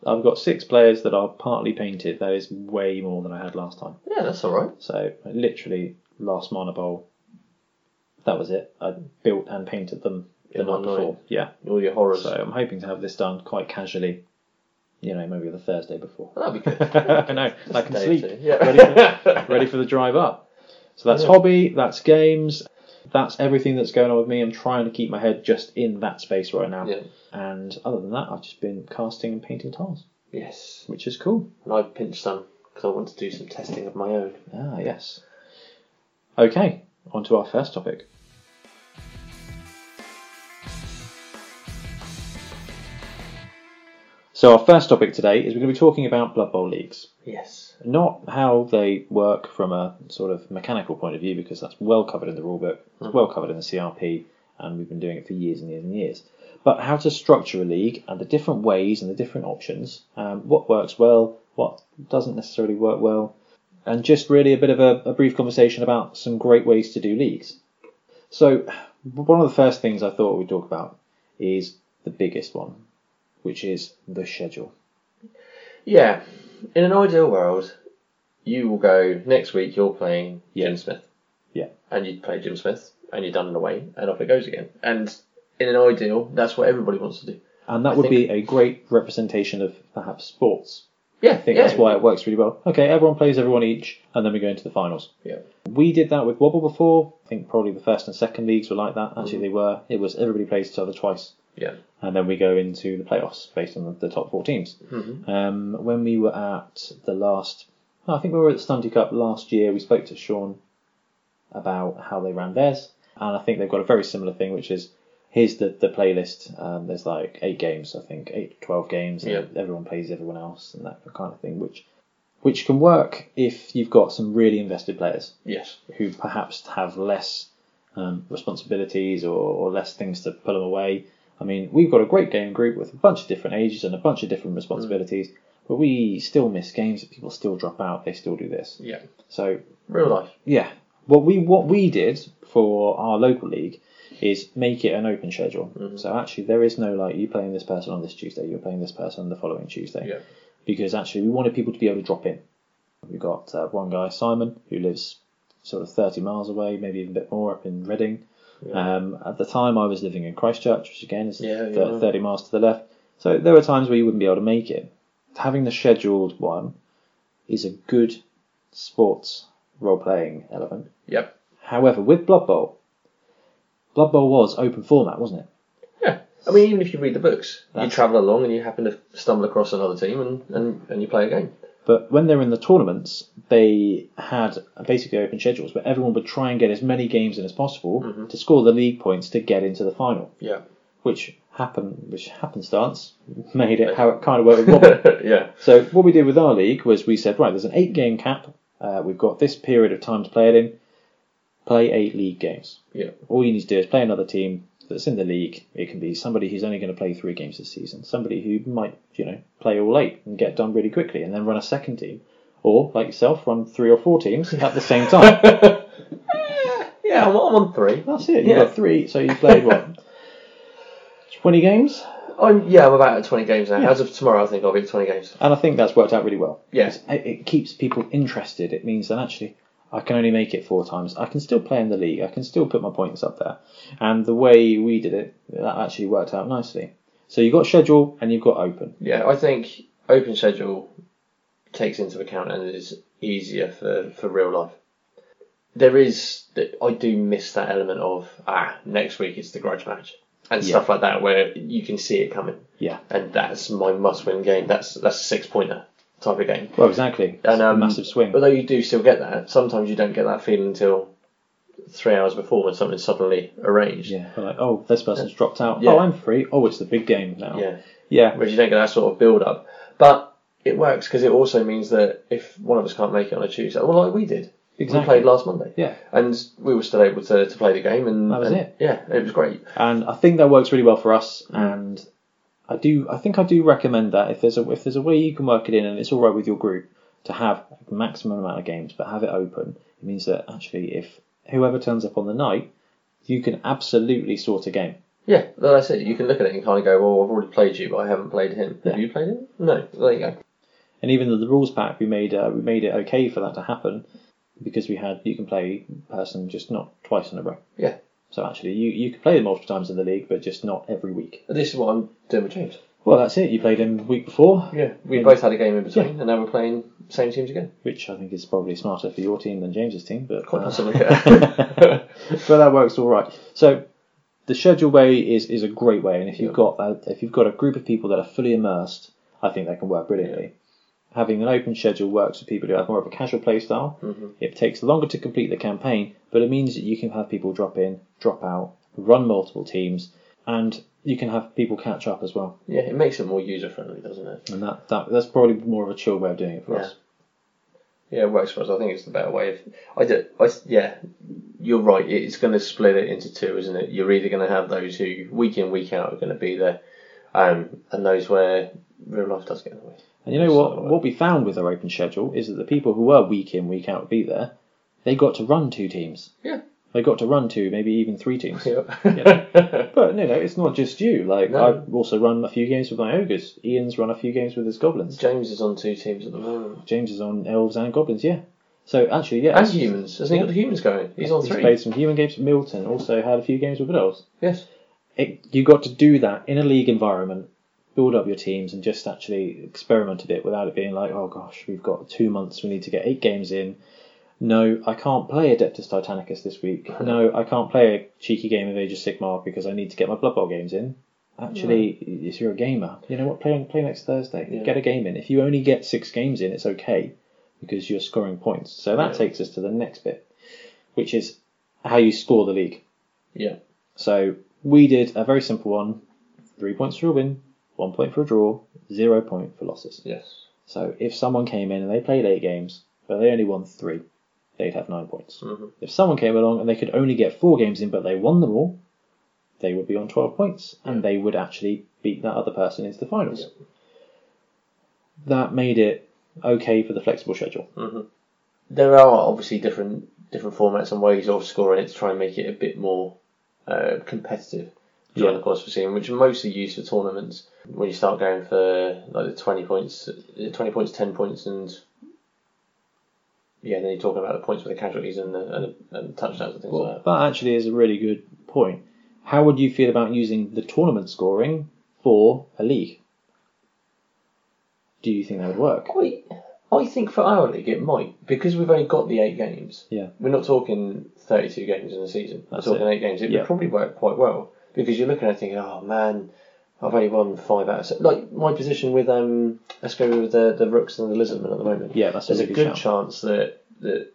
B: I've got six players that are partly painted. That is way more than I had last time.
A: Yeah, that's all right.
B: So literally last mana bowl, that was it. I built and painted them the
A: In
B: night
A: one night.
B: before. Yeah.
A: All your horrors.
B: So I'm hoping to have this done quite casually. You know, maybe the Thursday before.
A: That'd be good.
B: I know. I can
A: Day or
B: sleep.
A: two. Yeah.
B: Ready for, ready for the drive up. So that's
A: Yeah.
B: hobby, that's games, that's everything that's going on with me. I'm trying to keep my head just in that space right now.
A: Yeah.
B: And other than that, I've just been casting and painting tiles,
A: Yes.
B: which is cool.
A: And I've pinched some because I want to do some testing of my own.
B: Ah, yes. Okay, on to our first topic. So our first topic today is we're going to be talking about Blood Bowl leagues.
A: Yes.
B: not how they work from a sort of mechanical point of view, because that's well covered in the rulebook, it's well covered in the CRP, and we've been doing it for years and years and years. But how to structure a league and the different ways and the different options, um, what works well, what doesn't necessarily work well, and just really a bit of a, a brief conversation about some great ways to do leagues. So, one of the first things I thought we'd talk about is the biggest one, which is the schedule.
A: Yeah. In an ideal world, you will go next week. You're playing
B: Yeah.
A: Jim Smith.
B: Yeah.
A: And you play Jim Smith, and you're done and away, and off it goes again. And in an ideal, that's what everybody wants to do.
B: And that
A: I
B: would
A: think-
B: be a great representation of perhaps sports.
A: Yeah.
B: I think that's why it works really well. Okay, everyone plays everyone each, and then we go into the finals.
A: Yeah.
B: We did that with Wobble before. I think probably the first and second leagues were like that. Actually,
A: Mm-hmm.
B: they were. It was everybody plays each other twice,
A: Yeah.
B: and then we go into the playoffs based on the, the top four teams. Mm-hmm. Um, when we were at the last, no, I think we were at the Stunty Cup last year. We spoke to Sean about how they ran theirs, and I think they've got a very similar thing, which is here's the, the playlist. Um, there's like eight games, I think, eight to twelve games. and
A: Yeah.
B: Everyone plays everyone else and that kind of thing, which which can work if you've got some really invested players
A: Yes.
B: who perhaps have less um, responsibilities or, or less things to pull them away. I mean, we've got a great game group with a bunch of different ages and a bunch of different responsibilities, but we still miss games. People still drop out. They still do this.
A: Yeah.
B: So
A: Real life.
B: yeah. What we what we did for our local league is make it an open schedule. So actually, there is no like you playing this person on this Tuesday, you're playing this person the following Tuesday,
A: Yeah.
B: because actually we wanted people to be able to drop in. We've got uh, one guy, Simon, who lives sort of 30 miles away, maybe even a bit more, up in Reading. Um, at the time, I was living in Christchurch, which again is
A: Yeah,
B: thir-
A: yeah.
B: 30 miles to the left. So there were times where you wouldn't be able to make it. Having the scheduled one is a good sports role playing element.
A: Yep.
B: However, with Blood Bowl, Blood Bowl was open format, wasn't it?
A: Yeah. I mean, even if you read the books, you
B: That's-
A: travel along and you happen to stumble across another team and, and, and you play a game.
B: But when they were in the tournaments, they had basically open schedules where everyone would try and get as many games in as possible to score the league points to get into the final,
A: Yeah.
B: which happen which happenstance made it how it kind of worked with Robert.
A: yeah.
B: so what we did with our league was we said, right, there's an eight game cap. Uh, we've got this period of time to play it in. Play eight league games.
A: Yeah.
B: All you need to do is play another team that's in the league. It can be somebody who's only going to play three games this season, somebody who might, you know, play all eight and get done really quickly, and then run a second team, or like yourself, run three or four teams at the same time.
A: Yeah, I'm, I'm on three.
B: That's it. You
A: Yeah.
B: got three, so you played what? Twenty games,
A: I'm yeah, I'm about at 20 games now. As of tomorrow, I think I'll be at 20 games.
B: and I think that's worked out really well.
A: Yeah.
B: It, it keeps people interested. It means that actually. I can only make it four times. I can still play in the league. I can still put my points up there. And the way we did it, that actually worked out nicely. So you've got schedule and you've got open.
A: Yeah, I think open schedule takes into account and is easier for, for real life. There is, I do miss that element of, ah, next week it's the grudge match and
B: Yeah.
A: stuff like that where you can see it coming.
B: Yeah.
A: And that's my must win game. That's, that's a six pointer type of game.
B: Well, exactly. It's
A: And,
B: a
A: um,
B: massive swing.
A: Although you do still get that, sometimes you don't get that feeling until three hours before when something's suddenly arranged.
B: Yeah, we're like, oh, this person's dropped out.
A: Yeah.
B: Oh, I'm free. Oh, it's the big game now.
A: Yeah.
B: Yeah.
A: whereas you don't get that sort of build up. But it works because it also means that if one of us can't make it on a Tuesday, well, like we did, we
B: Exactly.
A: played last Monday,
B: Yeah.
A: and we were still able to, to play the game, and
B: That was
A: and-
B: it.
A: Yeah, it was great.
B: And I think that works really well for us. And I do, I think I do recommend that if there's a if there's a way you can work it in and it's all right with your group to have a maximum amount of games, but have it open. It means that actually, if whoever turns up on the night, you can absolutely sort a game.
A: Yeah, well, that's it. You can look at it and kind of go, well, I've already played you, but I haven't played him.
B: Yeah.
A: Have you played him? No. There you go.
B: And even the, the rules pack, we made uh, we made it okay for that to happen because we had you can play person just not twice in a row.
A: Yeah.
B: So actually, you, you could play them multiple times in the league, but just not every week.
A: This is what I'm doing with James.
B: Well, that's it. You played him week before,
A: Yeah, we
B: Yeah.
A: both had a game in between, and now we're playing same teams again.
B: which I think is probably smarter for your team than James's team, but
A: Quite
B: uh,
A: possibly. Yeah.
B: but that works all right. So the schedule way is, is a great way, and if you've
A: Yeah.
B: got a, if you've got a group of people that are fully immersed, I think that can work brilliantly. Having an open schedule works for people who have more of a casual play style.
A: Mm-hmm.
B: It takes longer to complete the campaign, but it means that you can have people drop in, drop out, run multiple teams, and you can have people catch up as well,
A: Yeah, it makes it more user friendly, doesn't it?
B: and that, that that's probably more of a chill way of doing it for
A: Yeah.
B: us.
A: Yeah, it works for us. I think it's the better way. Of, I do. I s- yeah, you're right. It's going to split it into two, isn't it? You're either going to have those who week in week out are going to be there, um, and those where real life does get in the way.
B: And you know what?
A: So- uh,
B: What we found with our open schedule is that the people who were week in, week out, be there, they got to run two teams.
A: Yeah.
B: They got to run two, maybe even three teams.
A: Yeah.
B: But no, no, it's not just you. Like
A: No.
B: I've also run a few games with my ogres. Ian's run a few games with his goblins.
A: James is on two teams at the moment.
B: James is on elves and goblins. Yeah. So actually, yeah,
A: And
B: it's-
A: humans. Hasn't he got the humans going? He's on
B: he's
A: three.
B: played some human games with Milton. Also had a few games with elves.
A: Yes.
B: It, you got to do that in a league environment. Build up your teams and just actually experiment a bit without it being like, oh gosh, we've got two months. We need to get eight games in. No, I can't play Adeptus Titanicus this week. No, I can't play a cheeky game of Age of Sigmar because I need to get my Blood Bowl games in. Actually, if you're a gamer, you know what? Play play next Thursday.
A: Yeah.
B: Get a game in. If you only get six games in, it's okay because you're scoring points. So that
A: Yeah.
B: takes us to the next bit, which is how you score the league.
A: Yeah.
B: So we did a very simple one: three points for a win, one point for a draw, zero point for losses.
A: Yes.
B: So if someone came in and they played eight games, but they only won three, they'd have nine points.
A: Mhm.
B: If someone came along and they could only get four games in, but they won them all, they would be on 12 points and they would actually beat that other person into the finals. That made it okay for the flexible schedule.
A: There are obviously different different formats and ways of scoring it to try and make it a bit more uh, competitive during
B: Yeah.
A: the course of the season, which are mostly used for tournaments when you start going for like the twenty points, uh, twenty points, ten points, and yeah, then you're talking about the points for the casualties and the, and the and touchdowns and things like that.
B: Well, that actually is a really good point. How would you feel about using the tournament scoring for a league? Do you think that would work?
A: I, I think for our league it might because we've only got the eight games.
B: Yeah.
A: We're not talking thirty-two games in a season.
B: That's
A: we're talking
B: it.
A: eight games. It
B: Yeah.
A: would probably work quite well because you're looking at it thinking, oh man, I've only won five out of seven. Like my position with um, let's go with the the rooks and the lizardmen at the moment.
B: Yeah, that's a
A: There's a
B: really
A: good
B: good
A: chance that that,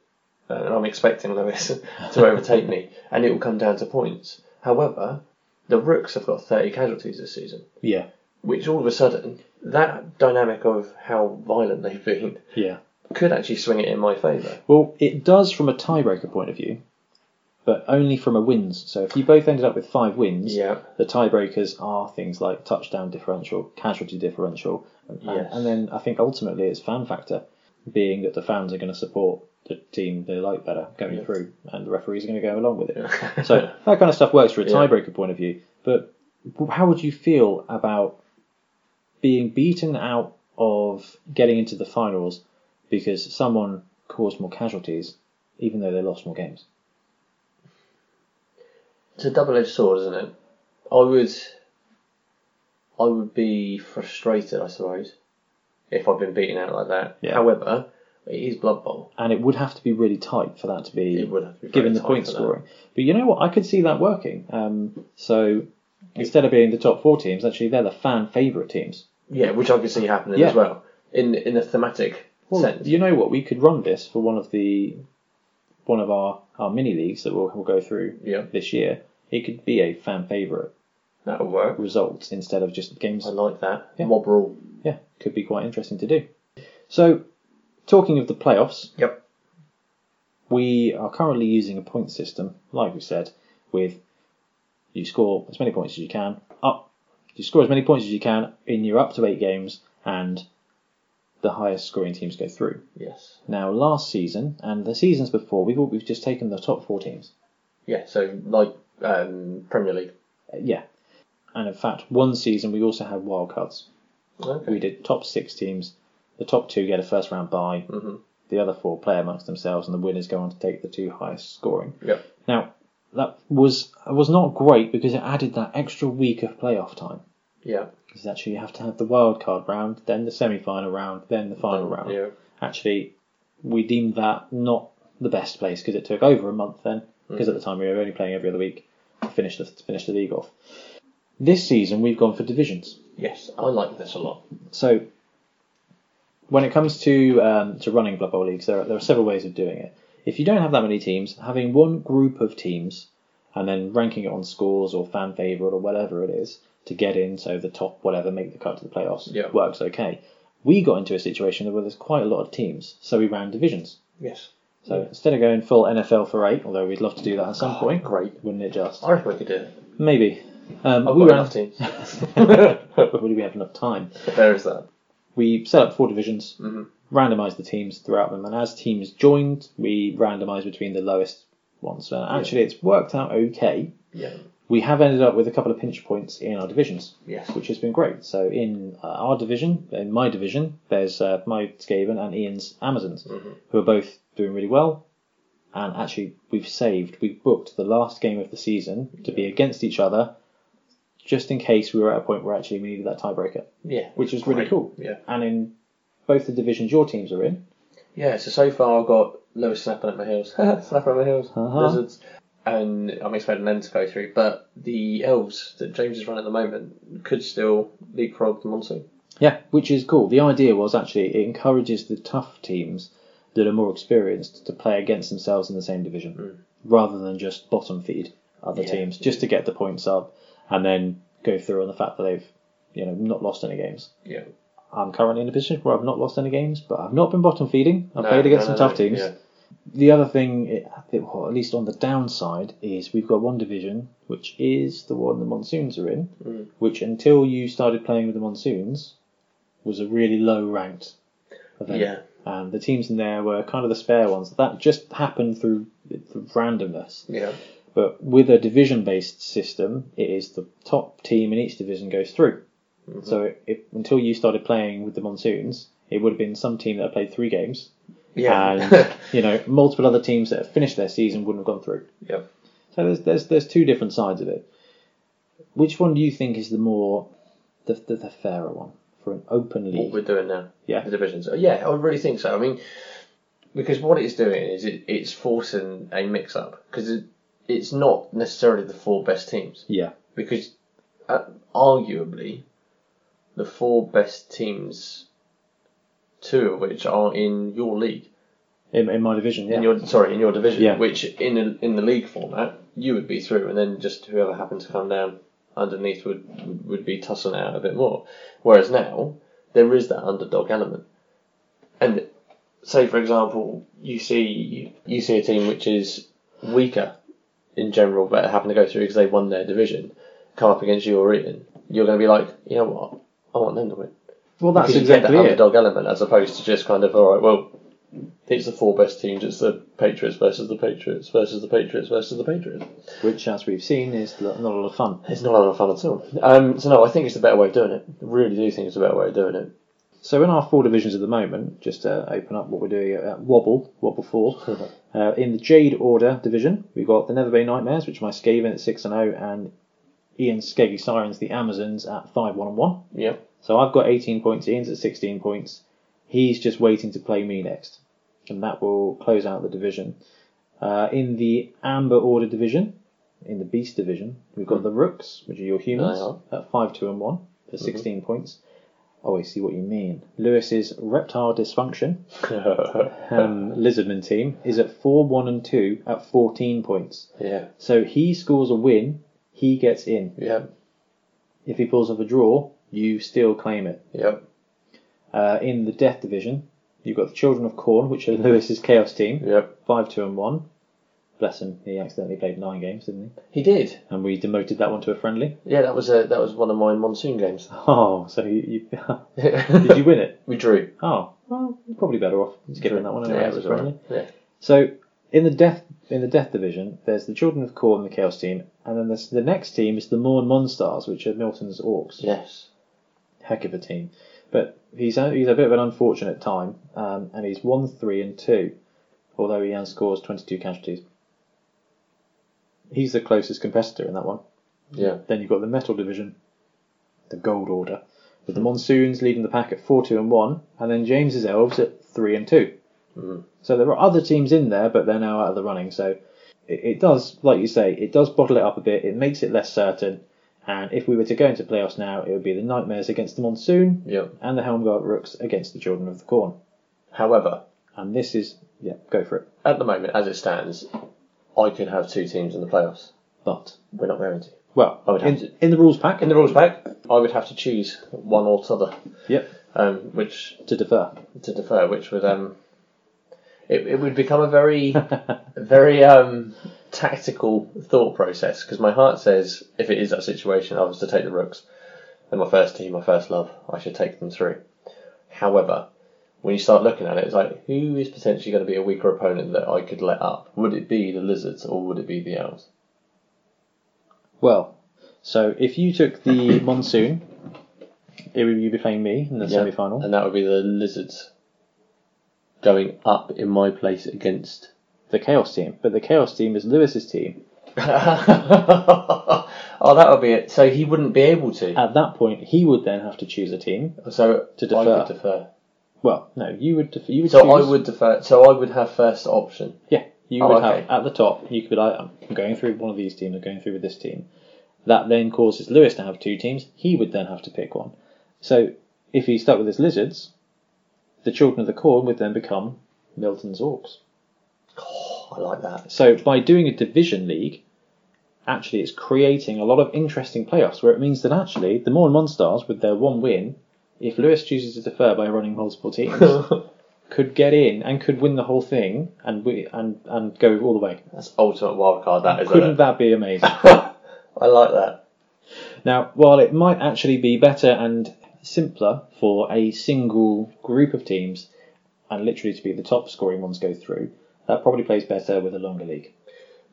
A: uh, and I'm expecting Lewis to overtake me, and it will come down to points. However, the rooks have got thirty casualties this season,
B: Yeah,
A: which all of a sudden that dynamic of how violent they've been
B: yeah.
A: could actually swing it in my favour.
B: Well, it does from a tiebreaker point of view, but only from a wins. So if you both ended up with five wins,
A: Yeah.
B: the tiebreakers are things like touchdown differential, casualty differential, and,
A: Yes.
B: and then I think ultimately it's fan factor, being that the fans are going to support the team they like better going
A: Yeah.
B: through, and the referees are going to go along with it. so that kind of stuff works from a
A: Yeah.
B: tiebreaker point of view. But how would you feel about being beaten out of getting into the finals because someone caused more casualties, even though they lost more games?
A: It's a double-edged sword, isn't it? I would, I would be frustrated, I suppose, if I've been beaten out like that.
B: Yeah.
A: However, it is Blood Bowl.
B: And it would have to be really tight for that to be
A: It would have to be very
B: given the
A: tight
B: point
A: for that.
B: scoring. But you know what? I could see that working. Um, so instead of being the top four teams, actually they're the fan favourite teams.
A: Yeah, which I could see happening
B: Yeah.
A: as well in in a thematic
B: Well,
A: sense.
B: you know what? We could run this for one of the one of our, our mini leagues that we'll, we'll go through
A: Yeah.
B: this year. It could be a fan favourite
A: That would work.
B: result instead of just games.
A: I like that
B: Yeah.
A: mob rule.
B: Yeah, could be quite interesting to do. So, talking of the playoffs,
A: Yep.
B: we are currently using a point system, like we said, with you score as many points as you can up. You score as many points as you can in your up to eight games, and the highest scoring teams go through.
A: Yes.
B: Now, last season and the seasons before, we've we've just taken the top four teams.
A: Yeah. So like um, Premier League.
B: Uh, yeah, and in fact, one season we also had wildcards.
A: Okay.
B: We did top six teams. The top two get a first round bye.
A: Mhm.
B: The other four play amongst themselves, and the winners go on to take the two highest scoring.
A: Yep.
B: Now, that was was not great because it added that extra week of playoff time.
A: Yeah.
B: Because actually, you have to have the wild card round, then the semi final round, then the final round.
A: Yeah.
B: Actually, we deemed that not the best place because it took over a month then. Because at the time we were only playing every other week to finish the to finish the league off. This season we've gone for divisions.
A: Yes. I like this a lot.
B: So when it comes to um, to running Blood Bowl leagues, there are, there are several ways of doing it. If you don't have that many teams, having one group of teams and then ranking it on scores or fan favourite or whatever it is, to get in, so the top whatever make the cut to the playoffs
A: Yeah.
B: works okay. We got into a situation where there's quite a lot of teams, so we ran divisions.
A: Yes.
B: So instead of going full NFL for eight, although we'd love to do that at some point,
A: Ah, Great.
B: wouldn't it just?
A: I reckon we could do it.
B: Maybe. Um,
A: I've
B: we
A: got
B: ran.
A: enough teams.
B: Would we have enough time?
A: there is that.
B: We set up four divisions,
A: Mhm.
B: randomised the teams throughout them, and as teams joined, we randomised between the lowest ones. And actually, it's worked out okay.
A: Yeah.
B: We have ended up with a couple of pinch points in our divisions,
A: Yes.
B: which has been great. So in uh, our division, in my division, there's uh, my Skaven and Ian's Amazons, who are both doing really well. And actually, we've saved. We booked the last game of the season to be against each other, just in case we were at a point where actually we needed that tiebreaker,
A: Yeah.
B: which is really
A: Great.
B: cool.
A: Yeah.
B: And in both the divisions your teams are in,
A: Yeah, so so far I've got Lewis snapping at my heels. snapping at my heels.
B: Uh-huh.
A: Lizards. And I'm expecting them to go through. But the elves that James is running at the moment could still leapfrog the monsoon.
B: Yeah, which is cool. The idea was actually it encourages the tough teams that are more experienced to play against themselves in the same division rather than just bottom feed other
A: Mm. Yeah.
B: teams just to get the points up and then go through on the fact that they've you know not lost any games.
A: Yeah.
B: I'm currently in a position where I've not lost any games, but I've not been bottom feeding. I've
A: No,
B: played against
A: no,
B: some
A: no,
B: tough
A: no.
B: teams.
A: Yeah.
B: The other thing, it- it- well, at least on the downside, is we've got one division, which is the one the Monsoons are in, which until you started playing with the Monsoons was a really low ranked event.
A: Yeah.
B: And the teams in there were kind of the spare ones. That just happened through, through randomness.
A: Yeah.
B: But with a division based system, it is the top team in each division goes through. So it, it, until you started playing with the Monsoons, it would have been some team that played three games
A: Yeah.
B: and you know multiple other teams that have finished their season wouldn't have gone through.
A: Yep.
B: So there's there's there's two different sides of it. Which one do you think is the more the the, the fairer one for an open
A: what
B: league?
A: we're doing now.
B: Yeah.
A: The divisions. Uh, Yeah, I really think so. I mean, because what it's doing is it, it's forcing a mix up because it, it's not necessarily the four best teams
B: Yeah,
A: because uh, arguably the four best teams, two of which are in your league,
B: in, in my division. Yeah,
A: in your sorry in your division,
B: Yeah.
A: which in the, in the league format you would be through, and then just whoever happened to come down underneath would would, would be tussling out a bit more. Whereas now there is that underdog element, and say for example you see you see a team which is weaker in general but happen to go through because they won their division, come up against you or Eton, you're going to be like, you know what, I want them to win.
B: well that's
A: Because you get
B: exactly
A: that
B: it.
A: underdog element as opposed to just kind of all right, well, it's the four best teams. It's the Patriots versus the Patriots versus the Patriots versus the Patriots.
B: Which, as we've seen, is lo- not a lot of fun.
A: It's not a lot of fun at all. Um, so no, I think it's a better way of doing it. I really do think it's a better way of doing it.
B: So in our four divisions at the moment, just to open up what we're doing at Wobble, Wobble 4, uh, in the Jade Order division, we've got the Neverbay Nightmares, which are my Skaven at 6 and 0, and Ian Skeggy Sirens, the Amazons, at 5 1 and 1.
A: Yeah,
B: So I've got 18 points, Ian's at 16 points. He's just waiting to play me next, and that will close out the division. Uh, in the Amber Order division, in the Beast division, we've got the Rooks, which are your humans,
A: Hmm. They are. Mm-hmm.
B: at 5 2 and 1 for 16 points. Oh, I see what you mean. Lewis's Reptile Dysfunction, um, Lizardman team, is at 4 1 and 2 at 14 points.
A: yeah,
B: So he scores a win, he gets in.
A: yeah,
B: If he pulls off a draw, you still claim it.
A: yeah.
B: Uh, in the Death Division, you've got the Children of Corn, which are Lewis's Chaos team,
A: Yep.
B: 5 2 and 1. Bless him, he accidentally played nine games, didn't he?
A: He did.
B: And we demoted that one to a friendly.
A: Yeah, that was a that was one of my monsoon games.
B: Oh, so you, you did you win it?
A: we drew.
B: Oh, well, you're probably better off skipping that one.
A: Yeah,
B: anyway,
A: it
B: as a
A: was
B: friendly.
A: alright. Yeah.
B: So in the Death in the Death Division, there's the Children of Corn, the Chaos team, and then this, the next team is the Morn Monstars, which are Milton's Orcs.
A: Yes.
B: heck of a team. But he's a, he's a bit of an unfortunate time, um, and he's one three and two, although he has scores twenty two casualties. He's the closest competitor in that one.
A: Yeah.
B: Then you've got the metal division, the gold order, with the monsoons leading the pack at four two and one, and then James's elves at three and 2 So there are other teams in there, but they're now out of the running. So it, it does, like you say, it does bottle it up a bit. It makes it less certain. And if we were to go into playoffs now, it would be the nightmares against the monsoon,
A: Yeah.
B: and the Helmgard Rooks against the Children of the Corn.
A: However,
B: And this is, yeah, go for it.
A: at the moment, as it stands, I could have two teams in the playoffs.
B: But
A: We're not going to.
B: Well,
A: I would have
B: in, in the rules pack
A: In the rules back, I would have to choose one or the other.
B: Yep.
A: Um, which
B: to defer.
A: to defer, which would um, it, it would become a very very um tactical thought process because my heart says if it is that situation, I was to take the rooks. They're my first team, my first love. I should take them through. However, when you start looking at it, it's like who is potentially going to be a weaker opponent that I could let up? Would it be the lizards or would it be the owls?
B: Well, so if you took the monsoon, it would, you'd be playing me in the
A: Yeah.
B: semi-final.
A: And that would be the lizards going up in my place against
B: The chaos team, but the chaos team is Lewis's team.
A: oh, that would be it. So he wouldn't be able to.
B: At that point, he would then have to choose a team.
A: So
B: To
A: I
B: defer.
A: would defer.
B: Well, no, you would. Def- you would.
A: So
B: choose-
A: I would defer. So I would have first option.
B: Yeah, you
A: Oh,
B: would
A: okay.
B: have at the top. You could be like, I'm going through one of these teams. I'm going through with this team. That then causes Lewis to have two teams. He would then have to pick one. So if he stuck with his lizards, the children of the corn would then become Milton's orcs.
A: I like that.
B: So by doing a division league, actually it's creating a lot of interesting playoffs where it means that actually the Morn Monstars with their one win, if Lewis chooses to defer by running multiple teams, could get in and could win the whole thing and we, and and go all the way.
A: That's ultimate wild card. That is. isn't
B: Couldn't
A: it?
B: that be amazing?
A: I like that.
B: Now, while it might actually be better and simpler for a single group of teams and literally to be the top scoring ones go through, that probably plays better with a longer league.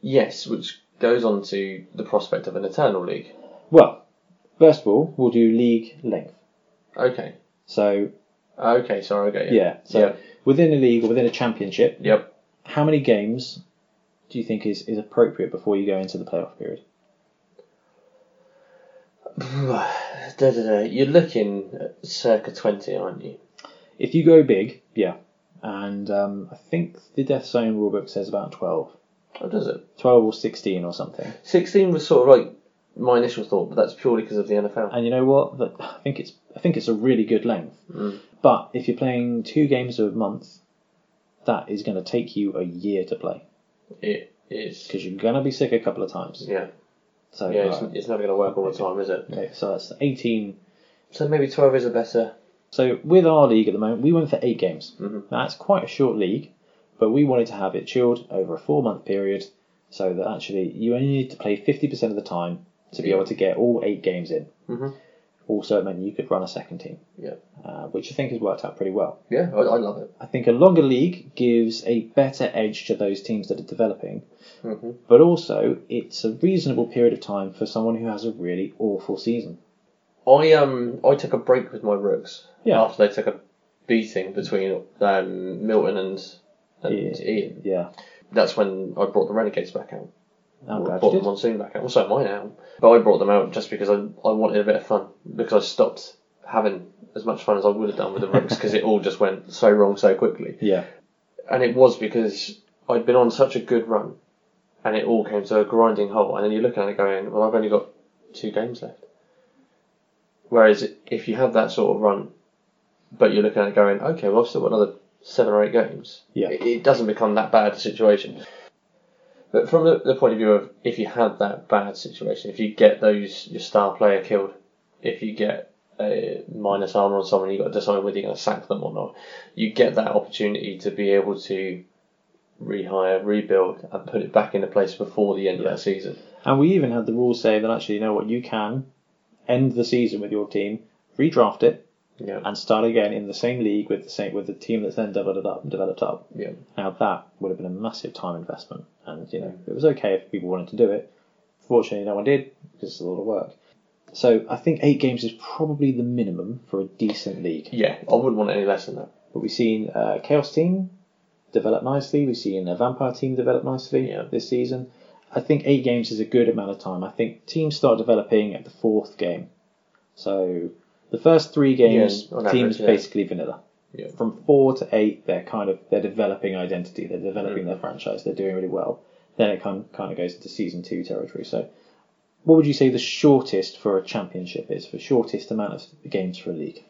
A: Yes, which goes on to the prospect of an eternal league.
B: Well, first of all, we'll do league length.
A: Okay.
B: So
A: Okay. Sorry, I get you.
B: yeah, so
A: Yep.
B: within a league or within a championship,
A: Yep.
B: how many games do you think is, is appropriate before you go into the playoff period?
A: Da, da, da. You're looking at circa twenty, aren't you?
B: If you go big, yeah, and um, I think the Death Zone rulebook says about 12,
A: Or does it?
B: 12 or 16 or something.
A: 16 was sort of like my initial thought, but that's purely because of the NFL.
B: And you know what? That- I think it's I think it's a really good length.
A: Mm.
B: But if you're playing two games a month, that is going to take you a year to play
A: It is.
B: because you're going to be sick a couple of times.
A: Yeah.
B: So
A: Yeah, it's,
B: right.
A: it's never going to work all the time, is it?
B: okay, so that's 18
A: So maybe 12 is a better.
B: So with our league at the moment, we went for eight games.
A: Mm-hmm.
B: Now, That's quite a short league, but we wanted to have it chilled over a four-month period, so that actually you only need to play 50% of the time to be able to get all eight games in.
A: Mhm.
B: Also, it meant you could run a second team,
A: Yeah.
B: uh, which I think has worked out pretty well.
A: Yeah, I, I love it.
B: I think a longer league gives a better edge to those teams that are developing, but also it's a reasonable period of time for someone who has a really awful season.
A: I um I took a break with my rooks
B: Yeah.
A: after they took a beating between um, Milton and and Ian.
B: Yeah,
A: That's when I brought the Renegades back out.
B: I'm
A: I
B: glad
A: brought
B: you
A: the
B: did.
A: Monsoon back out. Well, so am I now. But I brought them out just because I, I wanted a bit of fun. Because I stopped having as much fun as I would have done with the rooks because it all just went so wrong so quickly.
B: Yeah,
A: and it was because I'd been on such a good run, and it all came to a grinding halt. And then you're looking at it going, well, I've only got two games left. Whereas if you have that sort of run, but you're looking at it going, okay, well, I've still got another seven or eight games.
B: Yeah.
A: It, it doesn't become that bad a situation. But from the, the point of view of if you have that bad situation, if you get those your star player killed, if you get a minus armor on someone, you've got to decide whether you're going to sack them or not you get that opportunity to be able to rehire, rebuild, and put it back into place before the end of that season.
B: And we even had the rules say that actually, you know what, you can end the season with your team, redraft it,
A: Yeah,
B: and start again in the same league with the same with the team that's then developed up and developed up.
A: yeah,
B: Now that would have been a massive time investment, and you know it was okay if people wanted to do it. Fortunately, no one did because it's a lot of work. So I think eight games is probably the minimum for a decent league.
A: yeah. I wouldn't want any less than that.
B: But we've seen uh, Chaos team develop nicely. We've seen a Vampire team develop nicely
A: Yeah.
B: this season. I think eight games is a good amount of time. I think teams start developing at the fourth game. So the first three games,
A: Yeah, on average,
B: teams
A: yeah.
B: basically vanilla.
A: Yeah.
B: From four to eight, they're kind of they're developing identity. They're
A: Mm.
B: developing their franchise. They're doing really well. Then it kind kind of goes into season two territory. So, what would you say the shortest for a championship is? For shortest amount of games for a league?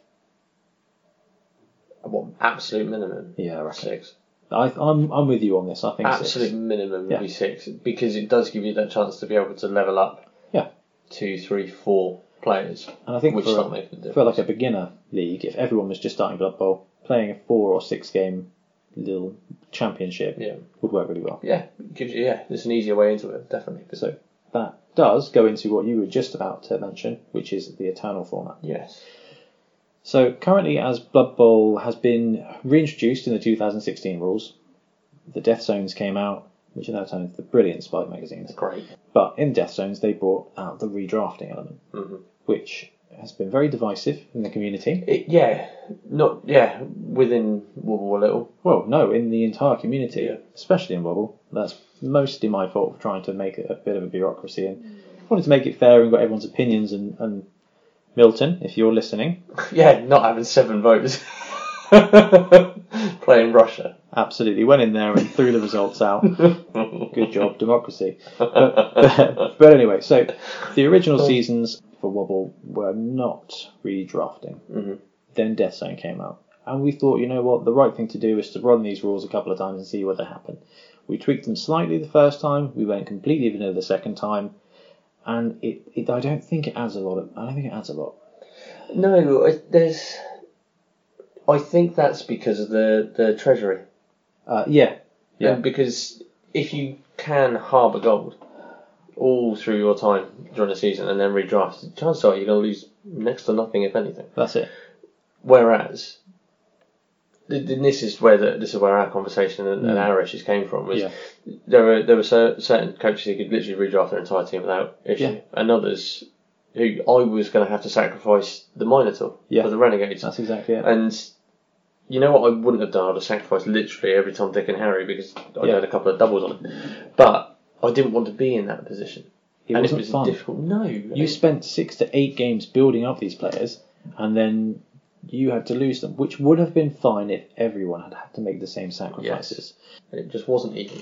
A: I want absolute minimum.
B: Yeah, I reckon.
A: Six.
B: I, I'm I'm with you on this. I think six.
A: Absolute minimum would
B: Yeah.
A: be six because it does give you that chance to be able to level up.
B: Yeah.
A: two, three, four players,
B: And I think
A: which
B: for,
A: start making a difference.
B: for like a beginner league, if everyone was just starting Blood Bowl, playing a four or six game little championship
A: Yeah.
B: would work really well.
A: yeah, it gives you yeah, there's an easier way into it, definitely. But
B: So that does go into what you were just about to mention, which is the Eternal format.
A: yes,
B: So currently, as Blood Bowl has been reintroduced in the 2016 rules, the Death Zones came out, which are now turned into the brilliant Spike magazines.
A: great.
B: But in Death Zones, they brought out the redrafting element, which has been very divisive in the community.
A: It, yeah, not yeah within Wobble a little.
B: Well, no, in the entire community,
A: Yeah.
B: especially in Wobble. That's mostly my fault for trying to make it a bit of a bureaucracy and wanted to make it fair and got everyone's opinions. And, and Milton, if you're listening,
A: Yeah, not having seven votes. Playing Russia.
B: absolutely went in there and threw the results out. Good job, democracy. But, but anyway, so the original seasons for Wobble were not redrafting.
A: Mhm.
B: Then Death Zone came out. And we thought, you know what, the right thing to do is to run these rules a couple of times and see whether they happen. We tweaked them slightly the first time, we went completely vanilla the second time, and it, it I don't think it adds a lot of, I don't think it adds a lot.
A: No, I, there's. I think that's because of the the treasury,
B: Uh, yeah, Yeah.
A: and because if you can harbour gold all through your time during the season and then redraft, chances are you're going to lose next to nothing, if anything.
B: that's it.
A: Whereas, th- th- this is where the, this is where our conversation and, and
B: Mm.
A: our issues came from. Was
B: Yeah.
A: there were there were cer- certain coaches who could literally redraft their entire team without issue,
B: Yeah.
A: and others who I was going to have to sacrifice the Minotaur
B: Yeah.
A: for the Renegades.
B: That's exactly it.
A: And you know what I wouldn't have done? I'd have sacrificed literally every Tom, Dick, and Harry because I
B: Yeah.
A: had a couple of doubles on it. But I didn't want to be in that position.
B: It
A: and
B: wasn't
A: it was
B: fun.
A: difficult. No.
B: You spent six to eight games building up these players, and then you had to lose them, which would have been fine if everyone had had to make the same sacrifices.
A: it just wasn't even.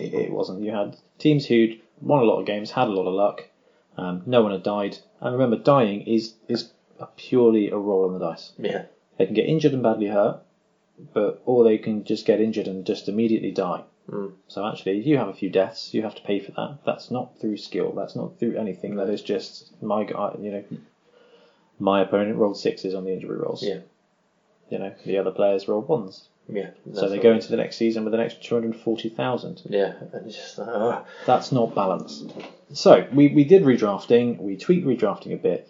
B: It, it wasn't. You had teams who'd won a lot of games, had a lot of luck, um, no one had died. And remember, dying is is a purely a roll on the dice.
A: Yeah.
B: They can get injured and badly hurt, but or they can just get injured and just immediately die.
A: Mm.
B: So actually, if you have a few deaths, you have to pay for that. That's not through skill. That's not through anything. That is just my guy. You know, my opponent rolled sixes on the injury rolls.
A: Yeah.
B: You know, the other players rolled ones.
A: Yeah.
B: so they
A: That's
B: go
A: all.
B: into the next season with an extra two hundred forty thousand.
A: Yeah, and it's just like, ah.
B: That's not balance. So we, we did redrafting, we tweaked redrafting a bit,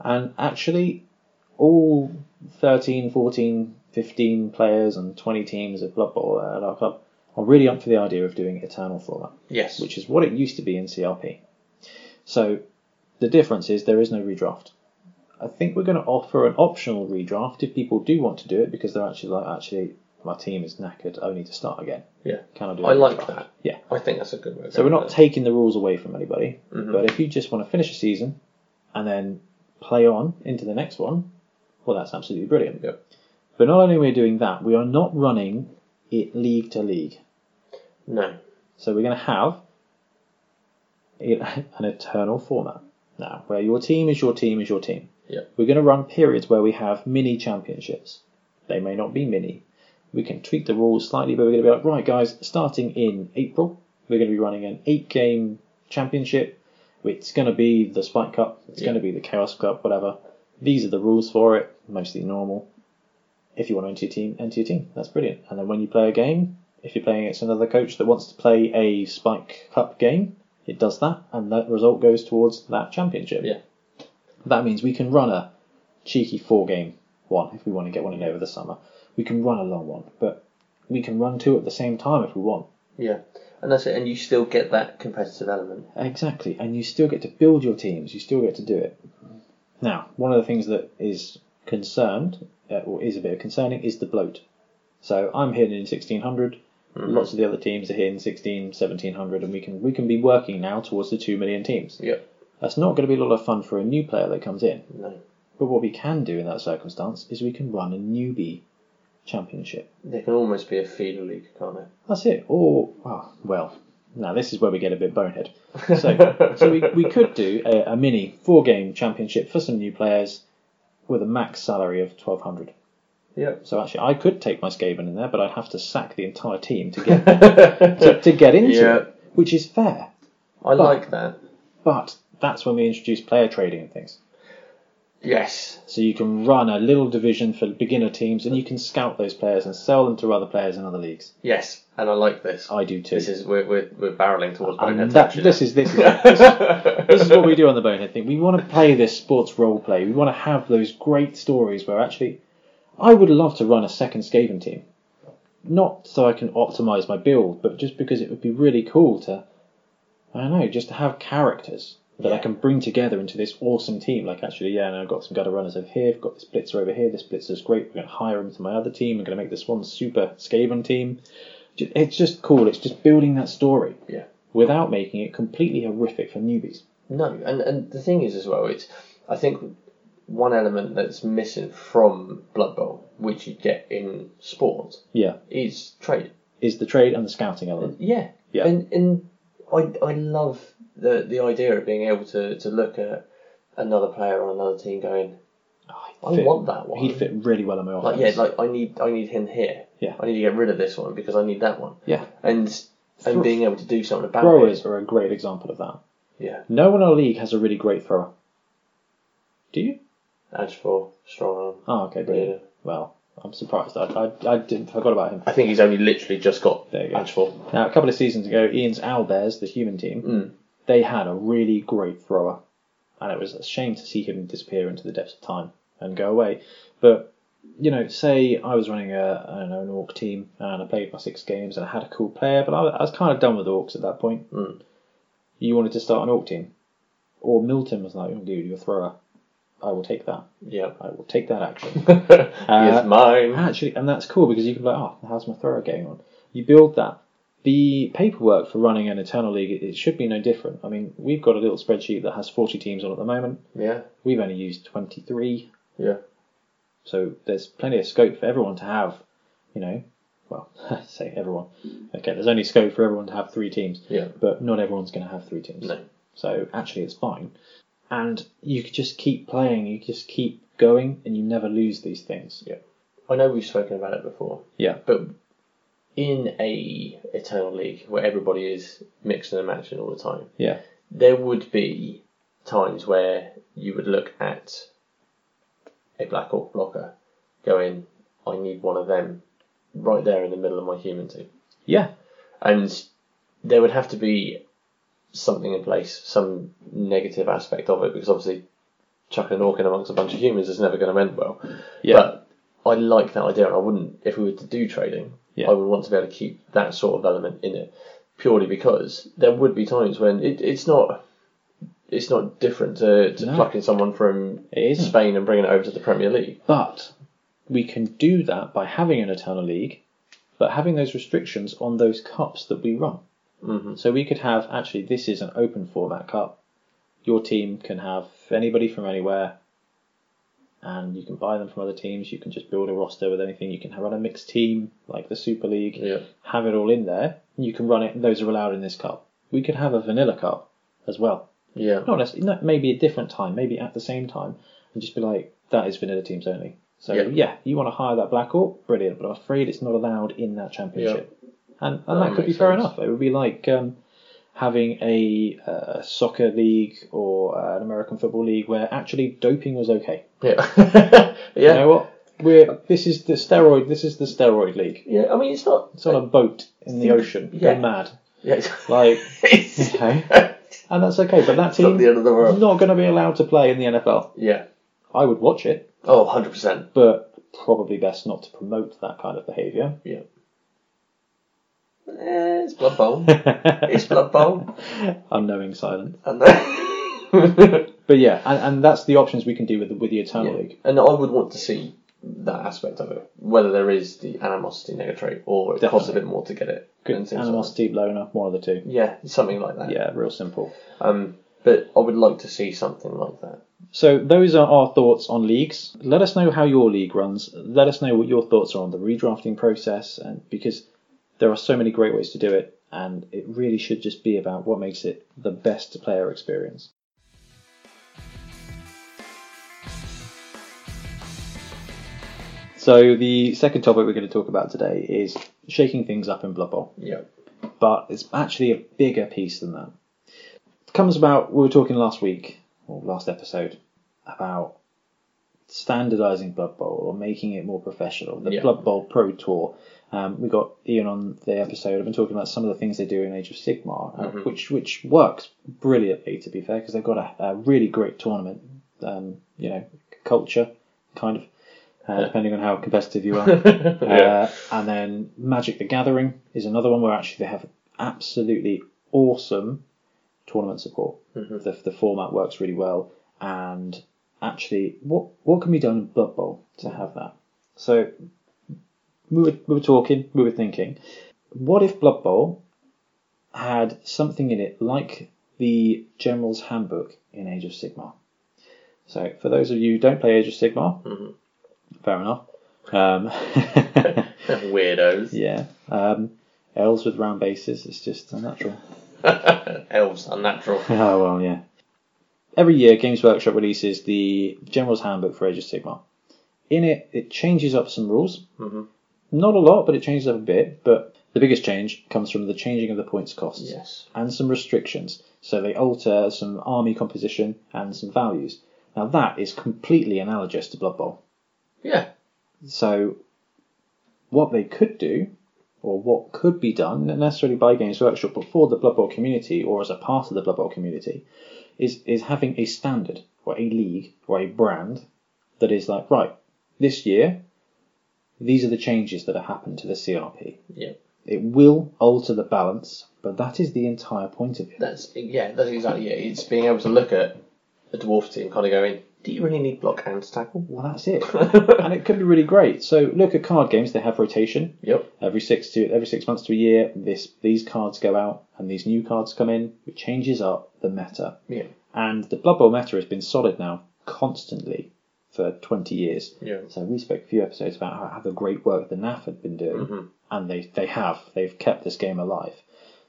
B: and actually all 13, 14, 15 players and 20 teams of Blood Bowl at our club are really up for the idea of doing Eternal format,
A: yes,
B: which is what it used to be in CRP. So the difference is there is no redraft. I think we're going to offer an optional redraft if people do want to do it because they're actually like, actually, my team is knackered, I need to start again.
A: Yeah.
B: Can I do a
A: I like
B: redraft?
A: that.
B: Yeah.
A: I think that's a good way.
B: So we're not taking the rules away from anybody, but if you just want to finish a season and then play on into the next one, well, that's absolutely brilliant.
A: Yep.
B: But not only are we doing that, we are not running it league to league.
A: no,
B: So we're going to have an eternal format now, where your team is your team is your team.
A: Yep.
B: We're going to run periods where we have mini championships. They may not be mini. We can tweak the rules slightly, but we're going to be like, right, guys, starting in April, we're going to be running an eight game championship. It's going to be the Spike Cup, it's
A: Yeah.
B: going to be the Chaos Cup, whatever. These are the rules for it, mostly normal. If you want to enter your team, enter your team. That's brilliant. And then when you play a game, if you're playing against another coach that wants to play a Spike Cup game, it does that, and that result goes towards that championship.
A: Yeah.
B: That means we can run a cheeky four game one if we want to get one in over the summer. We can run a long one, but we can run two at the same time if we want.
A: yeah, and that's it. And you still get that competitive element.
B: Exactly, and you still get to build your teams, you still get to do it. Now, one of the things that is concerned, uh, or is a bit concerning, is the bloat. So I'm here in 1600, lots of the other teams are here in 16, 1700, and we can, we can be working now towards the 2 million teams.
A: Yeah,
B: That's not going to be a lot of fun for a new player that comes in.
A: no,
B: But what we can do in that circumstance is we can run a newbie championship.
A: there can almost be a feeder league, can't there?
B: That's it. Or, well, well now this is where we get a bit bonehead. So, so we, we could do a, a mini four game championship for some new players with a max salary of 1200
A: Yep.
B: So actually, I could take my Skaven in there, but I'd have to sack the entire team to get, to, to get into
A: Yeah.
B: it, which is fair.
A: I like that.
B: But that's when we introduced player trading and things.
A: Yes.
B: So you can run a little division for beginner teams, and you can scout those players and sell them to other players in other leagues.
A: Yes. And I like this.
B: I do too.
A: This is we're we're, we're barreling towards bonehead
B: and that,
A: territory
B: this is this is, this, this is what we do on the Bonehead thing. We want to play this sports role play. We want to have those great stories where actually, I would love to run a second Skaven team, not so I can optimize my build, but just because it would be really cool to, I don't know, just to have characters that I can bring together into this awesome team. Like actually, yeah, no, I've got some gutter runners over here. I've got this blitzer over here. This blitzer's great. We're going to hire him to my other team. We're going to make this one super Skaven team. Ju- It's just cool. It's just building that story
A: Yeah.
B: without making it completely horrific for newbies.
A: No, and and the thing is as well, it's I think one element that's missing from Blood Bowl, which you get in sport,
B: Yeah, Mm.
A: is trade.
B: is the trade and the scouting element.
A: Yeah.
B: Yeah.
A: And and I I love the the idea of being able to, to look at another player on another team going, I
B: Oh, Fit-
A: want that one.
B: He'd fit really well in my
A: Like
B: offense.
A: yeah, like I need I need him here.
B: Yeah.
A: I need to get rid of this one because I need that one.
B: yeah.
A: And and
B: Thro-
A: being able to do something about
B: Throwers
A: it.
B: are a great example of that.
A: Yeah.
B: No one in our league has a really great thrower. Do you?
A: As for strong arm.
B: Oh, okay, brilliant. Well, I'm surprised. I, I, I didn't forgot about him.
A: I think he's only literally just got
B: There you go.
A: Ashford.
B: Now, a couple of seasons ago, Ian's Owlbears, the human team,
A: Mm.
B: they had a really great thrower, and it was a shame to see him disappear into the depths of time and go away. But you know, say I was running a I don't know an orc team and I played my six games and I had a cool player, but I, I was kind of done with orcs at that point.
A: Mm.
B: You wanted to start an orc team, or Milton was like, oh, "Dude, you're a thrower. I will take that.
A: Yeah. Uh,
B: I will take that action."
A: he is mine.
B: Actually, and that's cool because you can be like, oh, how's my thrower getting on? You build that. The paperwork for running an Eternal League, it should be no different. I mean, we've got a little spreadsheet that has 40 teams on at the moment.
A: Yeah.
B: We've only used 23.
A: Yeah.
B: So there's plenty of scope for everyone to have, you know, well, say everyone. Okay, there's only scope for everyone to have three teams.
A: Yeah.
B: But not everyone's going to have three teams.
A: No.
B: So actually, it's fine. And you could just keep playing, you just keep going, and you never lose these things.
A: I know we've spoken about it before,
B: Yeah.
A: but in a Eternal League where everybody is mixing and matching all the time,
B: Yeah.
A: there would be times where you would look at a Black Hawk blocker going, I need one of them right there in the middle of my human team.
B: Yeah.
A: And there would have to be something in place, some negative aspect of it, because obviously chucking an orc in amongst a bunch of humans is never going to end well.
B: Yeah.
A: But I like that idea, and I wouldn't, if we were to do trading,
B: Yeah.
A: I would want to be able to keep that sort of element in it, purely because there would be times when it, it's not. It's not different to, to
B: No.
A: plucking someone from
B: It isn't.
A: Spain and bringing it over to the Premier League.
B: But we can do that by having an Eternal League, but having those restrictions on those cups that we run.
A: hmm
B: So we could have actually, this is an open format cup. Your team can have anybody from anywhere, and you can buy them from other teams. You can just build a roster with anything. You can run a mixed team like the Super League,
A: Yeah.
B: have it all in there. And you can run it, and those are allowed in this cup. We could have a vanilla cup as well.
A: Yeah.
B: not necessarily, no, maybe a different time, maybe at the same time, and just be like, that is vanilla teams only. So
A: Yeah.
B: yeah, you want to hire that black orc, brilliant, but I'm afraid it's not allowed in that championship. And and
A: That
B: that, could be
A: makes
B: fair
A: sense.
B: enough. It would be like um, having a uh, soccer league or uh, an American football league where actually doping was okay.
A: Yeah. yeah.
B: You know what? We're this is the steroid. This is the steroid league.
A: Yeah. I mean, it's not.
B: It's on a boat in the ocean.
A: Yeah.
B: Go mad,
A: Yeah. it's-
B: like
A: it's
B: okay, and that's okay. But that
A: not
B: team
A: the end of the world.
B: not going to be allowed to play in the NFL.
A: Yeah.
B: I would watch it,
A: Oh, 100%.
B: but probably best not to promote that kind of behaviour.
A: Yeah. Eh, it's Blood Bowl. it's Blood Bowl.
B: Unknowing silence.
A: And, uh, then-
B: But yeah, and, and that's the options we can do with the, with the Eternal League.
A: and I would want to see that aspect of it, whether there is the animosity negatrate or it costs a
B: Definitely.
A: bit more to get it.
B: Good
A: and things like
B: animosity, loner, one of the
A: that.
B: two.
A: Yeah, something like that.
B: Yeah, real simple.
A: Um, but I would like to see something like that.
B: So those are our thoughts on leagues. Let us know how your league runs. Let us know what your thoughts are on the redrafting process, and because there are so many great ways to do it, and it really should just be about what makes it the best player experience. So the second topic we're going to talk about today is shaking things up in Blood Bowl
A: Yeah.
B: but it's actually a bigger piece than that. A comes about, we were talking last week, or last episode, about standardising Blood Bowl or making it more professional. The
A: Yeah.
B: Blood Bowl Pro Tour. Um, we got Ian on the episode. I've been talking about some of the things they do in Age of Sigmar, uh, which which works brilliantly, to be fair, because they've got a, a really great tournament, um, you know, culture, kind of, uh, depending on how competitive you are. Uh, and then Magic the Gathering is another one where actually they have absolutely awesome tournament support. The, the format works really well. And actually, what what can be done in Blood Bowl to have that? So we were, we were talking, we were thinking, what if Blood Bowl had something in it like the General's Handbook in Age of Sigmar? So for those of you who don't play Age of Sigmar, fair enough. Um,
A: Weirdos.
B: Yeah. Um, elves with round bases. It's just unnatural.
A: Elves, unnatural.
B: oh well, yeah. Every year, Games Workshop releases the General's Handbook for Age of Sigmar. In it, it changes up some rules. Mm-hmm. Not a lot, but it changes up a bit. But the biggest change comes from the changing of the points costs
A: Yes.
B: and some restrictions. So they alter some army composition and some values. Now that is completely analogous to Blood Bowl.
A: Yeah.
B: So, what they could do, or what could be done, not necessarily by Games Workshop, but for the Blood Bowl community, or as a part of the Blood Bowl community, is, is having a standard, or a league, or a brand that is like, right, this year, these are the changes that have happened to the CRP.
A: Yeah.
B: It will alter the balance, but that is the entire point of it.
A: That's yeah. That's exactly it. It's being able to look at a dwarf team, kind of going, "Do you really need block and tackle?"
B: Well, that's it. and it could be really great. So, look at card games, they have rotation.
A: Yep.
B: every six to every six months to a year, this these cards go out and these new cards come in, which changes up the meta.
A: Yeah.
B: And the Blood Bowl meta has been solid now constantly for 20 years.
A: Yeah.
B: So we spoke a few episodes about how, how the great work the NAF had been doing,
A: Mm-hmm.
B: and they they have they've kept this game alive.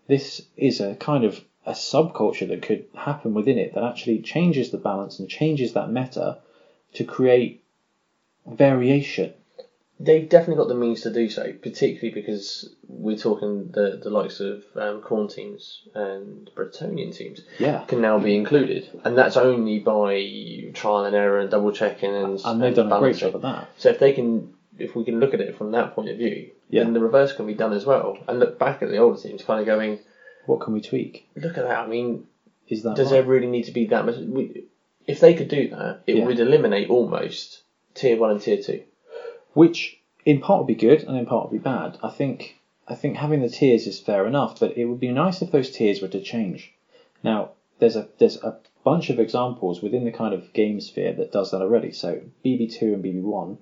B: This is a kind of a subculture that could happen within it that actually changes the balance and changes that meta to create variation.
A: They've definitely got the means to do so, particularly because we're talking the the likes of um, Corn teams and Bretonian teams
B: Yeah.
A: can now be included, and that's only by trial and error and double checking and
B: And they've done a great
A: balancing.
B: job of that.
A: So if they can, if we can look at it from that point of view,
B: Yeah.
A: then the reverse can be done as well, and look back at the older teams, kind of going,
B: What can we tweak?
A: "Look at that! I mean,
B: Is that
A: does
B: right?
A: there really need to be that much? We, if they could do that, it
B: Yeah.
A: would eliminate almost tier one and tier two.
B: which in part would be good and in part would be bad? I think I think having the tiers is fair enough, but it would be nice if those tiers were to change. Now there's a there's a bunch of examples within the kind of game sphere that does that already. So BB2 and BB1,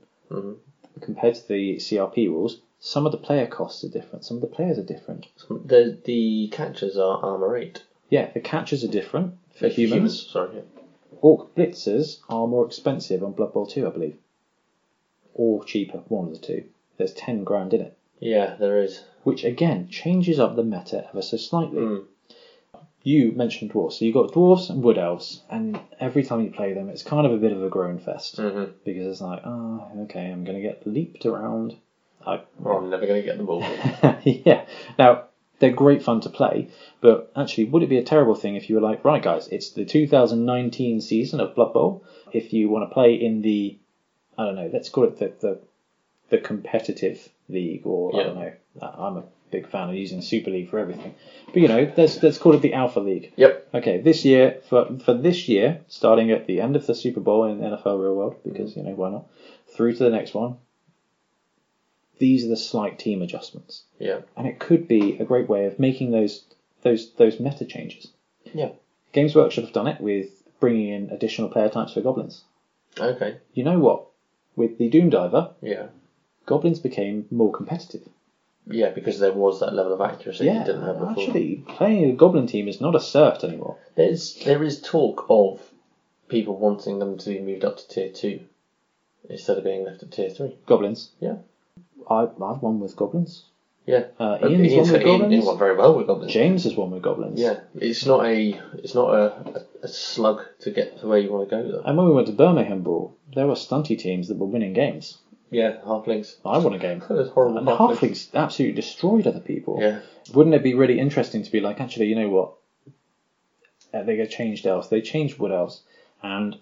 B: compared to the CRP rules, some of the player costs are different. Some of the players are different.
A: The the catchers are armor eight
B: Yeah, the catches are different for humans.
A: Sorry, yeah.
B: Orc blitzers are more expensive on Blood Bowl 2, I believe. Or cheaper, one of the two. There's 10 grand in it.
A: yeah, there is.
B: Which again changes up the meta ever so slightly. You mentioned dwarves, so you've got dwarves and wood elves, and every time you play them, it's kind of a bit of a groan fest because it's like, oh, okay, I'm going to get leaped around. I,
A: Well, I'm never going to get them all.
B: yeah. Now, they're great fun to play, but actually, would it be a terrible thing if you were like, right, guys, it's the 2019 season of Blood Bowl. If you want to play in the, I don't know, let's call it the the, the competitive league, or I
A: Yeah.
B: don't know, I- I'm a big fan of using Super League for everything. But you know, let's let's call it the Alpha League.
A: yep.
B: Okay, this year for for this year, starting at the end of the Super Bowl in NFL Real World, because you know why not, through to the next one. These are the slight team adjustments
A: Yeah.
B: and it could be a great way of making those those those meta changes.
A: Yeah.
B: Games Workshop have done it with bringing in additional player types for goblins.
A: Okay.
B: You know what? With the Doom Diver,
A: Yeah.
B: goblins became more competitive.
A: Yeah, because there was that level of accuracy
B: yeah,
A: you didn't have before.
B: actually, playing a goblin team is not a cert anymore.
A: There's there is talk of people wanting them to be moved up to tier two instead of being left at tier three.
B: Goblins.
A: Yeah.
B: I, I've won with goblins.
A: Yeah.
B: Uh,
A: But
B: Ian's won with
A: Ian- Ian
B: goblins.
A: won very well with goblins.
B: James has won with goblins.
A: Yeah, it's not a it's not a, a slug to get to where you want to go though.
B: And when we went to Birmingham Brawl, there were stunty teams that were winning games.
A: Yeah, halflings.
B: I won a game.
A: Those horrible
B: And the halflings absolutely destroyed other people.
A: Yeah,
B: wouldn't it be really interesting to be like, actually, you know what? uh, they get changed elves. They changed wood elves, and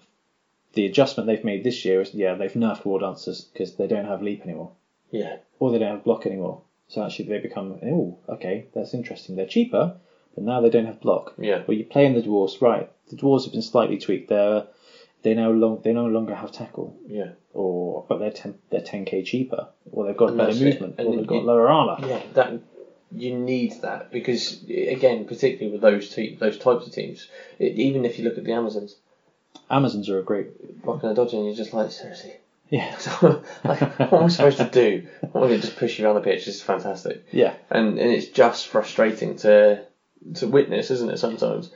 B: the adjustment they've made this year is yeah they've nerfed war dancers because they don't have leap anymore
A: Yeah.
B: or they don't have block anymore. So actually they become oh okay that's interesting. They're cheaper, but now they don't have block.
A: Yeah.
B: But you play in the dwarves right? The dwarves have been slightly tweaked. They're they now long they no longer have tackle
A: Yeah.
B: or but they're ten they're ten k cheaper or they've got
A: And
B: better
A: that's it.
B: movement
A: And
B: or they've
A: you-
B: got lower armor.
A: Yeah. That you need that because again, particularly with those te- those types of teams, it, even if you look at the Amazons,
B: Amazons are a great
A: blocking a dodging, you're just like seriously.
B: yeah
A: like, what am I supposed to do? I'm going to just push you around the pitch. It's fantastic.
B: yeah
A: and and it's just frustrating to to witness, isn't it? Sometimes,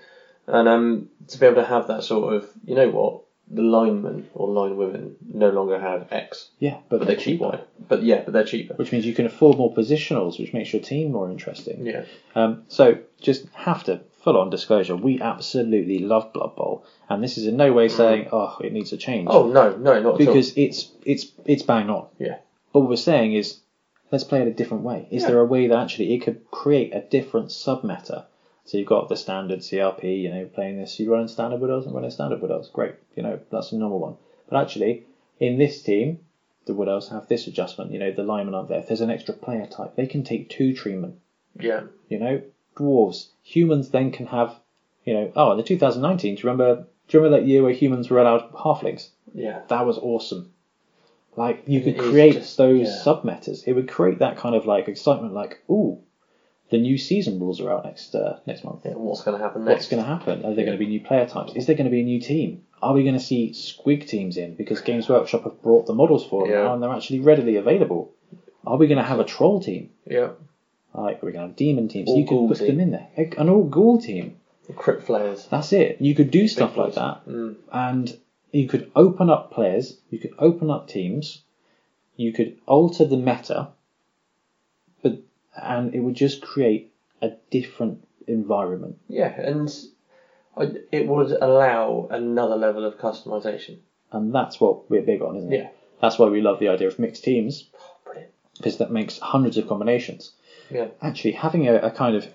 A: and um, to be able to have that sort of, you know what, the linemen or line women no longer have X,
B: yeah but,
A: but
B: they're
A: they're cheaper.
B: cheaper.
A: But yeah, but they're cheaper.
B: Which means you can afford more positionals, which makes your team more interesting.
A: Yeah,
B: Um, so just have to full on disclosure. We absolutely love Blood Bowl, and this is in no way saying oh it needs a change.
A: Mm. Oh no, no, not at all.
B: because it's it's it's bang on.
A: Yeah.
B: But what we're saying is let's play it a different way. Is
A: Yeah.
B: there a way that actually it could create a different sub meta? So you've got the standard CRP, you know, playing this, you run standard Wood Elves and running standard Wood Elves. Great, you know, that's a normal one. But actually, in this team, the Wood Elves have this adjustment, you know, the linemen aren't there. If there's an extra player type, they can take two treatment
A: Yeah,
B: you know, dwarves. Humans then can have, you know, oh, in the 2019, do you remember? Do you remember that year where humans were allowed halflings?
A: yeah,
B: That was awesome. Like you could
A: It is
B: create
A: just-
B: those
A: yeah.
B: sub metas. It would create that kind of like excitement. Like, ooh, the new season rules are out next uh, next month.
A: yeah. What's going to happen next?
B: What's going to happen? Are there going to be new player types? Is there going to be a new team? Are we going to see squig teams in because Games Workshop have brought the models for them
A: Yeah.
B: now and they're actually readily available? Are we going to have a troll team?
A: Yeah,
B: Like we can have demon teams.
A: All
B: you could
A: ghoul
B: put
A: team.
B: them in there. Like, An all ghoul team.
A: crypt flares.
B: That's it. You could do stuff
A: Big
B: like
A: boys.
B: that,
A: Mm.
B: and you could open up players. You could open up teams. You could alter the meta, but and it would just create a different environment.
A: Yeah, and I, it would allow another level of customization.
B: And that's what we're big on, isn't it?
A: Yeah.
B: That's why we love the idea of mixed teams
A: Brilliant.
B: because that makes hundreds of combinations.
A: Yeah,
B: actually having a, a kind of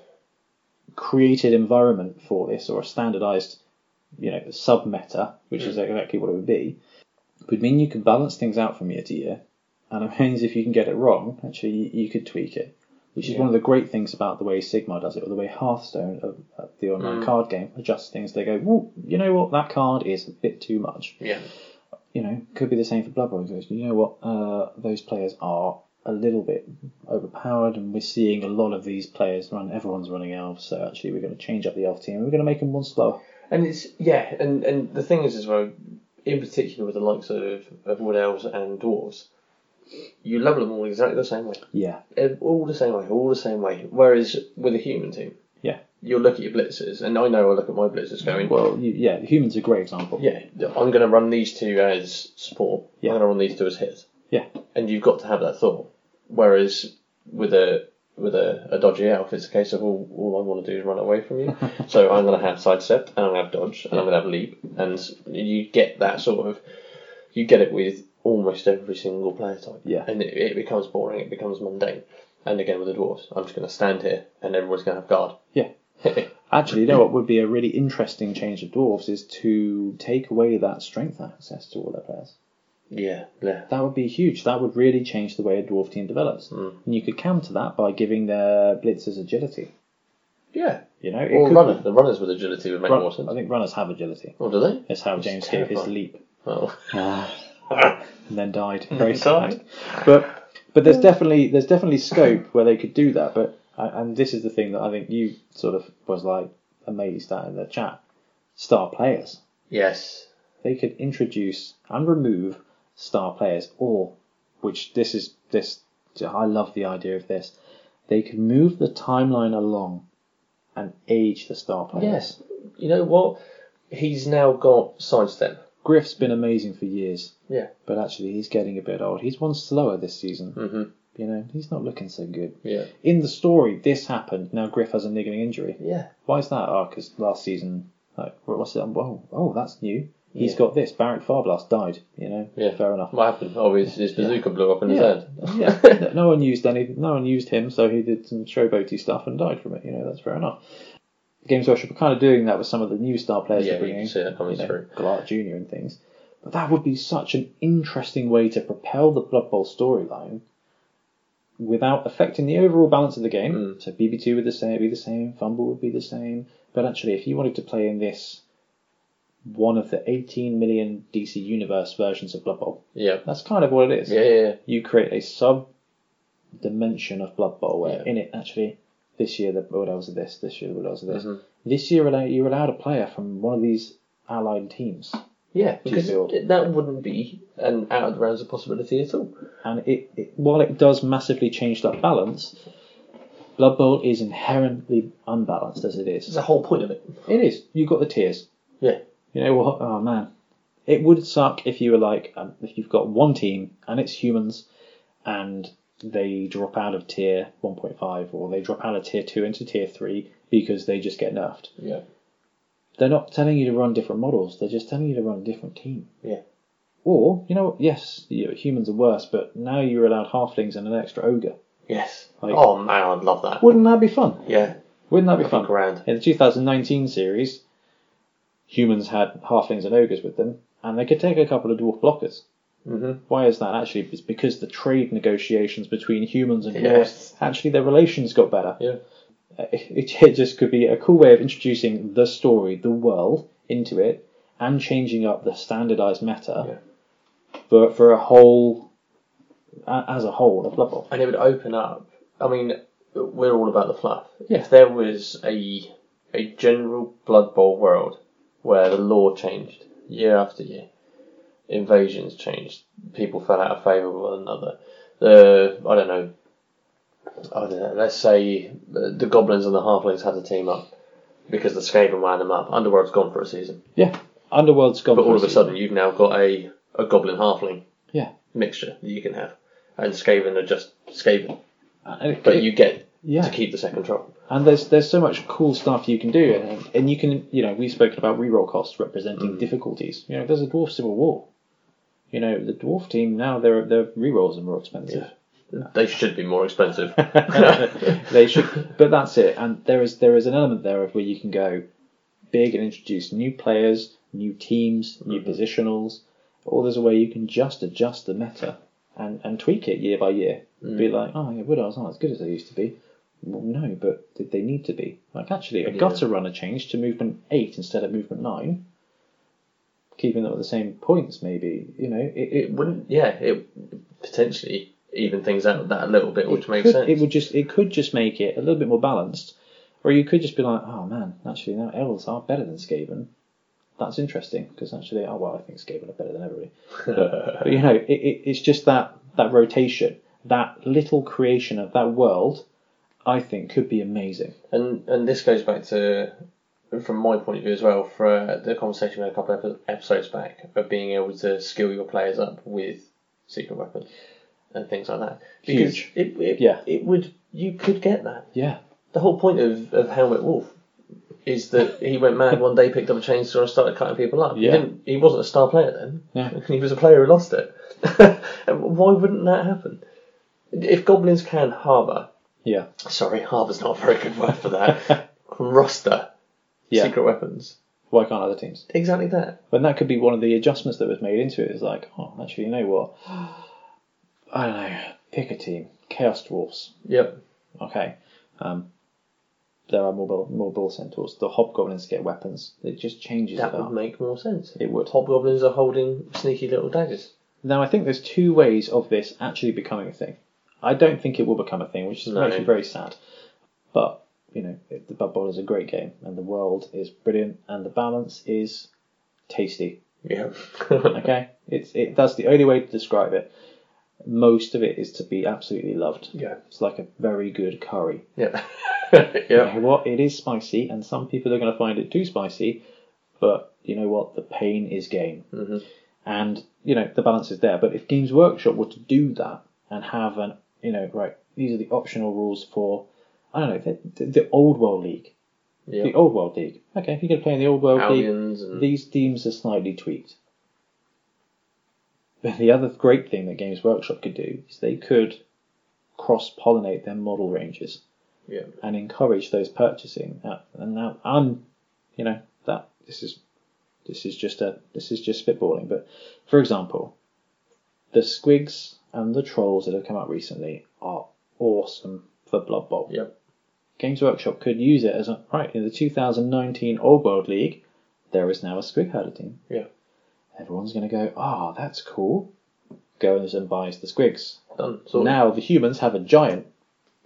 B: created environment for this or a standardized you know sub meta which is exactly what it would be would mean you can balance things out from year to year and it means if you can get it wrong actually you, you could tweak it which is one of the great things about the way Sigma does it or the way Hearthstone uh, uh, the online card game adjusts things they go well you know what that card is a bit too much
A: yeah,
B: you know, could be the same for Blood Bowl. Goes, you know what? Uh, those players are a little bit overpowered, and we're seeing a lot of these players run. Everyone's running elves, so actually, we're going to change up the elf team. and We're going to make them one slower.
A: and it's yeah, and and the thing is as well, in particular with the likes of, of wood elves and dwarves, you level them all exactly the same way,
B: Yeah,
A: Eh, all the same way, all the same way. Whereas with a human team,
B: Yeah.
A: you'll look at your blitzers, and I know I look at my blitzers going,
B: well, you, yeah, humans are a great example.
A: yeah, I'm going to run these two as support,
B: Yeah.
A: I'm going to run these two as hits,
B: Yeah.
A: and you've got to have that thought. Whereas with a with a, a dodgy elf, it's a case of all, all I want to do is run away from you. so I'm going to have sidestep, and I'm going to have dodge, and I'm going to have leap, and you get that sort of you get it with almost every single player type.
B: Yeah.
A: and it, it becomes boring, it becomes mundane. And again with the dwarves, I'm just going to stand here, and everyone's going to have guard.
B: Yeah. Actually, you know what would be a really interesting change of dwarves is to take away that strength access to all their players.
A: yeah, yeah,
B: That would be huge. That would really change the way a dwarf team develops. And you could counter that by giving their blitzers agility.
A: yeah.
B: You know, it
A: Or
B: could
A: runner. The runners with agility would make
B: Run-
A: more sense.
B: I think runners have agility.
A: Or do they?
B: That's how James gave his
A: terrifying.
B: leap
A: Oh,
B: and then died. Very
A: Mm-hmm. died.
B: sad. But but there's definitely there's definitely scope where they could do that. But I- and this is the thing that I think you sort of was like amazed at in the chat. Star players.
A: yes.
B: They could introduce and remove star players, or which this is this I love the idea of this. They could move the timeline along and age the star players.
A: Yes. You know what? He's now got sidestep.
B: Griff's been amazing for years.
A: Yeah.
B: But actually, he's getting a bit old. He's one slower this season. Mm-hmm. You know, he's not looking so good.
A: Yeah.
B: In the story, this happened. Now Griff has a niggling injury.
A: Yeah.
B: Why is that? Oh, because last season, like, what- what's it? Oh, oh, that's new. He's
A: Yeah.
B: got this. Barrack Farblast died. You know.
A: Yeah.
B: Fair enough.
A: What happened? Oh, his, his bazooka blew up in his
B: Yeah.
A: head.
B: yeah. No- No one used any. No one used him, so he did some showboaty stuff and died from it. You know, that's fair enough. Games Workshop are kind of doing that with some of the new star players
A: Yeah,
B: they're
A: you can
B: bringing,
A: see that coming
B: you know,
A: through.
B: Gallart Junior and things. But that would be such an interesting way to propel the Blood Bowl storyline without affecting the overall balance of the game.
A: Mm.
B: So BB2 would the same, be the same, Fumble would be the same. But actually, if you wanted to play in this one of the 18 million DC Universe versions of Blood Bowl,
A: Yeah.
B: that's kind of what it is
A: Yeah, yeah, yeah.
B: you create a sub dimension of Blood Bowl where
A: Yeah.
B: in it actually this year the Bulldogs are this, this year the Bulldogs are this. This year allow- you're allowed a player from one of these allied teams.
A: Yeah, because
B: build.
A: it- that wouldn't be an out of the realms of possibility at all.
B: And it, it while it does massively change that balance, Blood Bowl is inherently unbalanced as it
A: It's
B: is.
A: the whole point of it.
B: It is. You've got the tiers.
A: Yeah.
B: You know what? Oh man, it would suck if you were like um, if you've got one team and it's humans, and they drop out of tier 1.5 or they drop out of tier two into tier three because they just get nerfed.
A: Yeah.
B: They're not telling you to run different models. They're just telling you to run a different team.
A: Yeah.
B: Or you know, what? yes, you humans are worse, but now you're allowed halflings and an extra ogre.
A: Yes.
B: Like-
A: oh man, I'd love that.
B: Wouldn't that be fun?
A: Yeah.
B: Wouldn't that be fun?
A: Grand.
B: In the 2019 series, humans had halflings and ogres with them, and they could take a couple of dwarf blockers.
A: Mhm.
B: Why is that? Actually, it's because the trade negotiations between humans and dwarves
A: Yes.
B: actually their relations got better.
A: Yeah.
B: It, it just could be a cool way of introducing the story, the world into it, and changing up the standardized meta for for a whole a- as a whole of Blood Bowl.
A: And it would open up. I mean, we're all about the fluff.
B: Yeah.
A: If there was a a general Blood Bowl world where the law changed year after year, invasions changed, people fell out of favour with one another. The I don't know. I don't know. Let's say uh, the goblins and the halflings had to team up because the Skaven wound them up. Underworld's gone for a season.
B: Yeah, Underworld's gone.
A: But all of a
B: crazy.
A: sudden, you've now got a, a goblin halfling
B: Yeah.
A: mixture that you can have. And Skaven are just Skaven.
B: And it-
A: But
B: it-
A: you get
B: yeah.
A: to keep the second control.
B: And there's there's so much cool stuff you can do, and, and you can you know we've spoken about reroll costs representing difficulties. You know, there's a dwarf civil war. You know, the dwarf team now their their rerolls are more expensive.
A: They should be more expensive.
B: they should, but that's it. And there is there is an element there of where you can go big and introduce new players, new teams, new positionals, or there's a way you can just adjust the meta and, and tweak it year by year. Be like, oh yeah, Woodard's aren't as good as they used to be. Well, no, but did they need to be? Like actually, a gutter runner changed to movement eight instead of movement nine, keeping them at the same points. Maybe you know it, it
A: it wouldn't, yeah, it potentially even things out that a little bit, which
B: it
A: makes
B: could,
A: sense.
B: It would just it could just make it a little bit more balanced, or you could just be like, oh man, actually now elves are better than Skaven. That's interesting because actually, oh well, I think Skaven are better than everybody. But, but, you know, it, it, it's just that that rotation, that little creation of that world, I think could be amazing.
A: And and this goes back to, from my point of view as well, for uh, the conversation we had a couple of epi- episodes back of being able to skill your players up with secret weapons and things like that. Because
B: Huge.
A: It, it,
B: Yeah.
A: It would. You could get that.
B: Yeah,
A: The whole point of, of Helmet Wolf is that he went mad one day, picked up a chainsaw and started cutting people up.
B: Yeah.
A: He didn't. He wasn't a star player then.
B: No.
A: He was a player who lost it. And Why wouldn't that happen? If goblins can harbour
B: yeah,
A: Sorry, harbor's not a very good word for that. Roster.
B: yeah.
A: Secret weapons.
B: Why can't other teams?
A: Exactly that.
B: And that could be one of the adjustments that was made into it. Is like, oh, actually, you know what? I don't know. Pick a team. Chaos Dwarfs.
A: Yep.
B: Okay. Um, there are more bull, more bull centaurs. The hobgoblins get weapons. It just changes
A: That
B: it up.
A: would make more sense.
B: It would.
A: Hobgoblins are holding sneaky little daggers.
B: Now, I think there's two ways of this actually becoming a thing. I don't think it will become a thing, which is
A: No.
B: makes me very sad. But, you know, it- the Bud Bowl is a great game, and the world is brilliant, and the balance is tasty.
A: Yeah.
B: Okay? It's it. That's the only way to describe it. Most of it is to be absolutely loved.
A: yeah.
B: It's like a very good curry.
A: Yeah.
B: You
A: yeah.
B: know what? It is spicy, and some people are going to find it too spicy. But you know what? The pain is gain,
A: Mm-hmm.
B: and you know the balance is there. But if Games Workshop were to do that and have an, you know, right, these are the optional rules for, I don't know, the, the, the Old World League,
A: Yeah.
B: the Old World League. Okay, if you're going to play in the Old World League,
A: Aliens and
B: these teams are slightly tweaked. But the other great thing that Games Workshop could do is they could cross pollinate their model ranges.
A: Yeah.
B: and encourage those purchasing. Uh, And now I'm, you know, that this is this is just a this is just spitballing. But for example, the squigs and the trolls that have come out recently are awesome for Blood Bowl.
A: Yep.
B: Games Workshop could use it as a right in the 2019 Old World League. There is now a squig herder team.
A: Yeah.
B: Everyone's going to go, ah, that's cool. Goes and buys the squigs.
A: Done.
B: So
A: So
B: now the humans have a giant.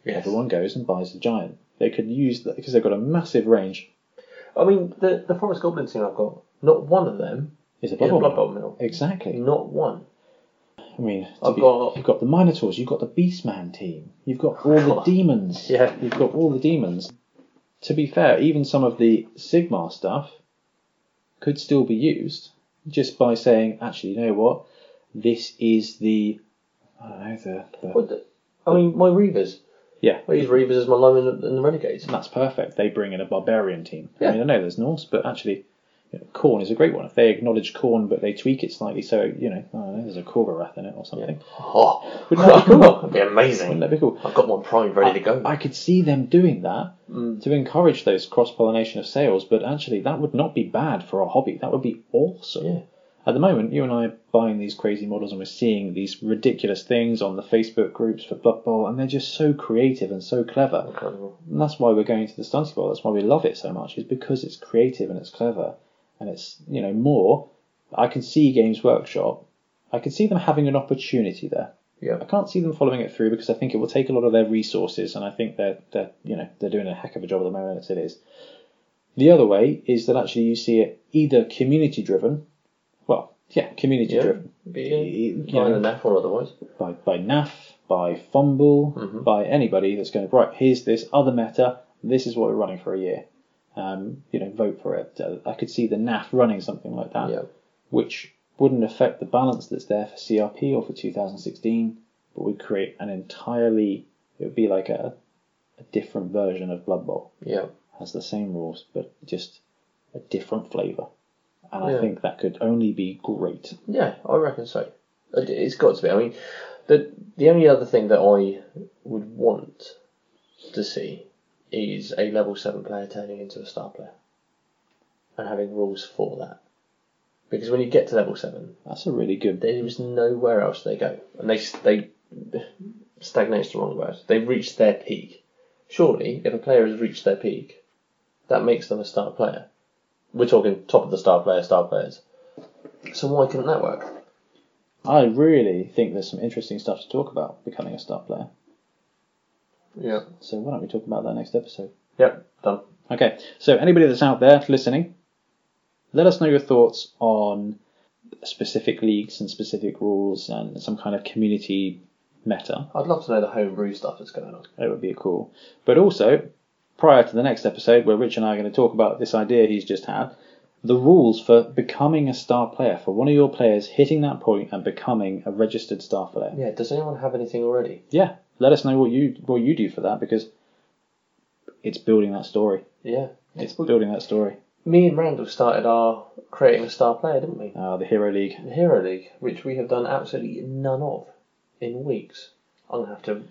A: yes.
B: Everyone goes and buys the giant. They could use that because they've got a massive range.
A: I mean, the the Forest Goblin team I've got, not one of them
B: Is a
A: is
B: blood,
A: a Blood
B: Bowl.
A: Bowl mill.
B: Exactly.
A: Not one.
B: I mean, to
A: I've
B: be-
A: got-
B: you've got the Minotaurs, you've got the Beastman team, you've got all the
A: God.
B: demons.
A: Yeah.
B: You've got all the demons. To be fair, even some of the Sigma stuff could still be used just by saying, actually, you know what? This is the. I don't know, the. the
A: What the- I mean, my Reavers.
B: yeah.
A: I use Reavers as my lineman and the- and the Renegades.
B: And that's perfect. They bring in a barbarian team. I
A: Yeah.
B: mean, I know there's Norse, but actually, you know, Corn is a great one. If they acknowledge Corn, but they tweak it slightly, so you know, I don't know, there's a Korvarath in it or something.
A: Oh,
B: Wouldn't that be cool?
A: that'd be amazing.
B: Wouldn't that be cool?
A: I've got one primed ready to go. Mm.
B: I could see them doing that to encourage those cross pollination of sales, but actually, that would not be bad for a hobby. That would be awesome.
A: Yeah.
B: At the moment, you and I are buying these crazy models and we're seeing these ridiculous things on the Facebook groups for Blood Bowl, and they're just so creative and so clever.
A: Incredible.
B: And that's why we're going to the Stunty Bowl. That's why we love it so much, is because it's creative and it's clever. And it's, you know, more. I can see Games Workshop. I can see them having an opportunity there.
A: Yeah.
B: I can't see them following it through because I think it will take a lot of their resources, and I think they're, they're you know, they're doing a heck of a job at the moment as it is. The other way is that actually you see it either community driven, well, yeah, community
A: Yeah.
B: driven
A: Be
B: Yeah.
A: uh, buying an apple otherwise.
B: by, by NAF, by Fumble,
A: Mhm.
B: by anybody that's going, right, here's this other meta, this is what we're running for a year. Um, you know, vote for it. Uh, I could see the NAF running something like that,
A: Yeah.
B: which wouldn't affect the balance that's there for CRP or for 2016, but would create an entirely, it would be like a, a different version of Blood Bowl.
A: Yeah.
B: Has the same rules, but just a different flavour. And I
A: Yeah.
B: think that could only be great.
A: Yeah, I reckon so. It- It's got to be. I mean, the the only other thing that I would want to see is a level seven player turning into a star player, and having rules for that. Because when you get to level seven,
B: That's a really good
A: there is nowhere else they go, and they they stagnate's the wrong word. They've reached their peak. Surely, if a player has reached their peak, that makes them a star player. We're talking top of the star player, star players. So why couldn't that work?
B: I really think there's some interesting stuff to talk about becoming a star player.
A: Yeah.
B: So why don't we talk about that next episode?
A: Yep, done.
B: Okay. So anybody that's out there listening, let us know your thoughts on specific leagues and specific rules and some kind of community meta.
A: I'd love to know the homebrew stuff that's going on.
B: That would be cool. But also, prior to the next episode where Rich and I are going to talk about this idea he's just had, the rules for becoming a star player, for one of your players hitting that point and becoming a registered star player.
A: Yeah, does anyone have anything already?
B: yeah, let us know what you what you do for that because it's building that story.
A: Yeah.
B: It's building that story.
A: Me and Randall started our creating a star player, didn't we?
B: Uh, the Hero League.
A: The Hero League, which we have done absolutely none of in weeks. I'm gonna have to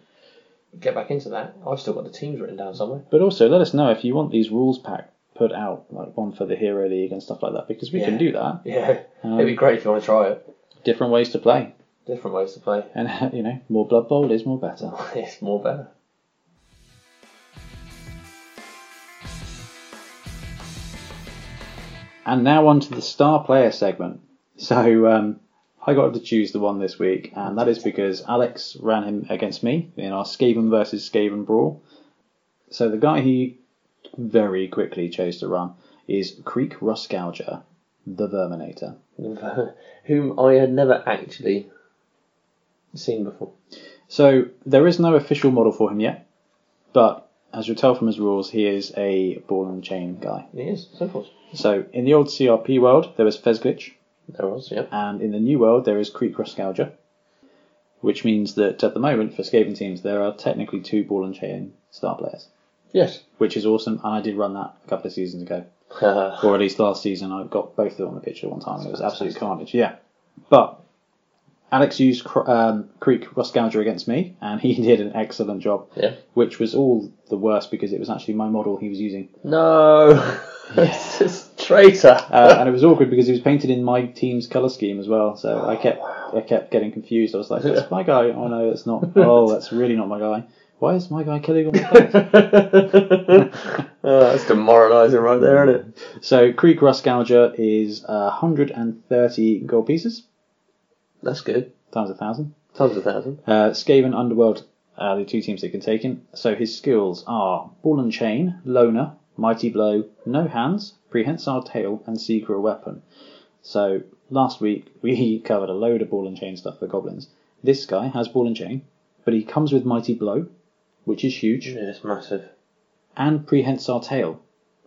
A: get back into that. I've still got the teams written down somewhere.
B: But also, let us know if you want these rules pack put out, like one for the Hero League and stuff like that, because we can
A: Yeah.
B: do that.
A: Yeah.
B: Um,
A: It'd be great if you want to try it.
B: Different ways to play,
A: Different ways to play.
B: and you know, more Blood Bowl is more better.
A: it's more better.
B: And now on to the star player segment. So um, I got to choose the one this week, and that is because Alex ran him against me in our Skaven versus Skaven brawl. So the guy he very quickly chose to run is Creek Ruscouger, the Verminator.
A: Whom I had never actually seen before.
B: So there is no official model for him yet, but as you'll tell from his rules, he is a ball and chain guy.
A: He is, simple.
B: So in the old CRP world, there was Fezglitch,
A: There was, yeah.
B: and in the new world there is Creek Ruscouger, which means that at the moment for Skaven teams there are technically two ball and chain star players,
A: Yes.
B: which is awesome. And I did run that a couple of seasons ago, or at least last season. I got both of them on the pitch at one time. It was absolute carnage. Yeah, but Alex used Cr- um, Creek Ruscouger against me, and he did an excellent job,
C: Yeah.
B: which was all the worse because it was actually my model he was using.
C: No. it's just traitor.
B: Uh, and it was awkward because he was painted in my team's colour scheme as well, so I kept I kept getting confused. I was like, that's my guy. Oh, no, that's not. Oh, that's really not my guy. Why is my guy killing all my players?
A: Oh, that's demoralising right there, isn't it?
B: So Creek Ruscouger is uh, 130 gold pieces
A: That's good.
B: times a thousand.
A: Tons of thousand.
B: Uh, Skaven Underworld are the two teams that can take him. So his skills are Ball and Chain, Loner, Mighty Blow, No Hands, Prehensile Tail, and Secret Weapon. So last week we covered a load of Ball and Chain stuff for goblins. This guy has Ball and Chain, but he comes with Mighty Blow, which is huge,
A: Yeah, it's massive.
B: and Prehensile Tail.